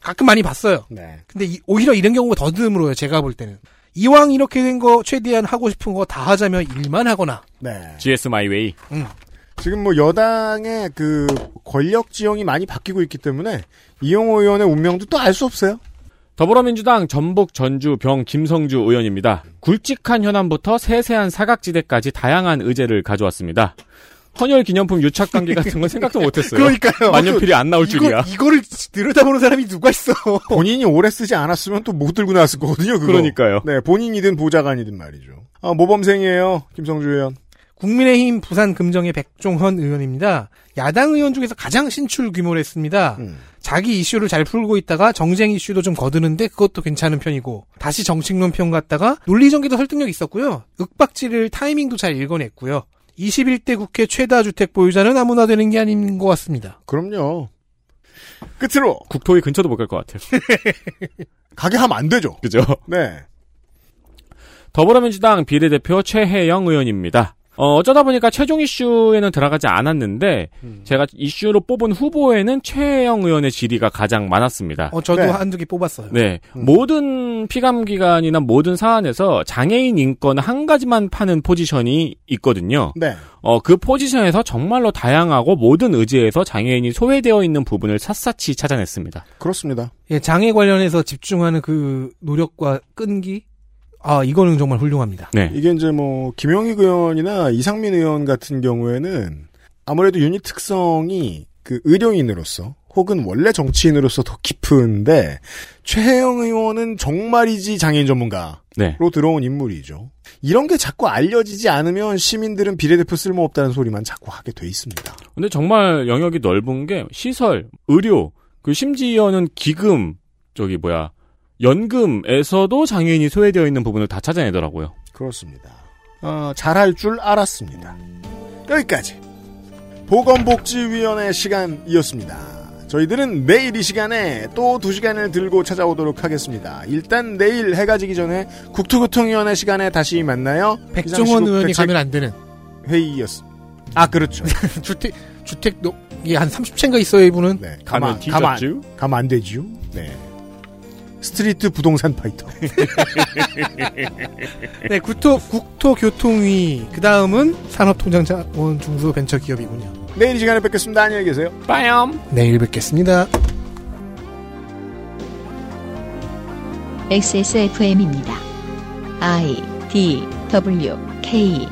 Speaker 3: 가끔 많이 봤어요.
Speaker 4: 네.
Speaker 3: 근데 이- 오히려 이런 경우가 더 드물어요. 제가 볼 때는. 이왕 이렇게 된 거 최대한 하고 싶은 거 다 하자며 일만 하거나
Speaker 4: 네.
Speaker 2: GS 마이웨이.
Speaker 4: 지금 뭐 여당의 그 권력 지형이 많이 바뀌고 있기 때문에 이용호 의원의 운명도 또 알 수 없어요.
Speaker 2: 더불어민주당 전북 전주 병 김성주 의원입니다. 굵직한 현안부터 세세한 사각지대까지 다양한 의제를 가져왔습니다. 헌혈 기념품 유착 관계 같은 건 생각도 못했어요.
Speaker 4: 그러니까요.
Speaker 2: 만년필이 안 나올 줄이야.
Speaker 4: 이거를 들여다보는 사람이 누가 있어. 본인이 오래 쓰지 않았으면 또 못 들고 나왔을 거거든요. 그거.
Speaker 2: 그러니까요.
Speaker 4: 네, 본인이든 보좌관이든 말이죠. 아, 모범생이에요. 김성주 의원.
Speaker 3: 국민의힘 부산 금정의 백종헌 의원입니다. 야당 의원 중에서 가장 신출 규모를 했습니다.
Speaker 4: 음.
Speaker 3: 자기 이슈를 잘 풀고 있다가 정쟁 이슈도 좀 거드는데 그것도 괜찮은 편이고 다시 정치론 편 갔다가 논리 전개도 설득력 있었고요. 윽박지를 타이밍도 잘 읽어냈고요. 21대 국회 최다 주택 보유자는 아무나 되는 게 아닌 것 같습니다.
Speaker 4: 그럼요. 끝으로
Speaker 2: 국토위 근처도 못 갈 것 같아요.
Speaker 4: 가게 하면 안 되죠.
Speaker 2: 그죠?
Speaker 4: 네.
Speaker 2: 더불어민주당 비례대표 최혜영 의원입니다. 어, 어쩌다 보니까 최종 이슈에는 들어가지 않았는데 제가 이슈로 뽑은 후보에는 최혜영 의원의 질의가 가장 많았습니다.
Speaker 3: 어, 저도
Speaker 4: 네.
Speaker 3: 한두 개 뽑았어요.
Speaker 2: 네. 모든 피감기관이나 모든 사안에서 장애인 인권 한 가지만 파는 포지션이 있거든요.
Speaker 4: 네.
Speaker 2: 어, 그 포지션에서 정말로 다양하고 모든 의지에서 장애인이 소외되어 있는 부분을 샅샅이 찾아냈습니다.
Speaker 4: 그렇습니다.
Speaker 3: 예, 장애 관련해서 집중하는 그 노력과 끈기? 아, 이거는 정말 훌륭합니다.
Speaker 2: 네.
Speaker 4: 이게 이제 뭐 김영익 의원이나 이상민 의원 같은 경우에는 아무래도 유닛 특성이 그 의료인으로서 혹은 원래 정치인으로서 더 깊은데 최혜영 의원은 정말이지 장애인 전문가로
Speaker 2: 네.
Speaker 4: 들어온 인물이죠. 이런 게 자꾸 알려지지 않으면 시민들은 비례대표 쓸모없다는 소리만 자꾸 하게 돼 있습니다.
Speaker 2: 근데 정말 영역이 넓은 게 시설, 의료, 그 심지어는 기금, 저기 뭐야, 연금에서도 장애인이 소외되어 있는 부분을 다 찾아내더라고요.
Speaker 4: 그렇습니다. 어, 잘할 줄 알았습니다. 여기까지 보건복지위원회 시간이었습니다. 저희들은 내일 이 시간에 또 두 시간을 들고 찾아오도록 하겠습니다. 일단 내일 해가 지기 전에 국토교통위원회 시간에 다시 만나요.
Speaker 3: 백종원
Speaker 4: 비상시국
Speaker 3: 의원이
Speaker 4: 대책
Speaker 3: 가면 안 되는
Speaker 4: 회의였. 아 그렇죠.
Speaker 3: 주택 주택 노, 이게 한 30채인가 있어요, 이분은.
Speaker 4: 네, 가만
Speaker 2: 가면
Speaker 4: 가만
Speaker 2: 뒤졌죠?
Speaker 4: 가면 안 되지요. 네. 스트리트 부동산 파이터.
Speaker 3: 네, 국토 국토교통위. 그다음은 산업통상자원 중소벤처기업이군요.
Speaker 4: 내일 이 시간에 뵙겠습니다. 안녕히 계세요.
Speaker 2: 빠염!
Speaker 3: 내일 뵙겠습니다.
Speaker 1: XSFM입니다. I D W K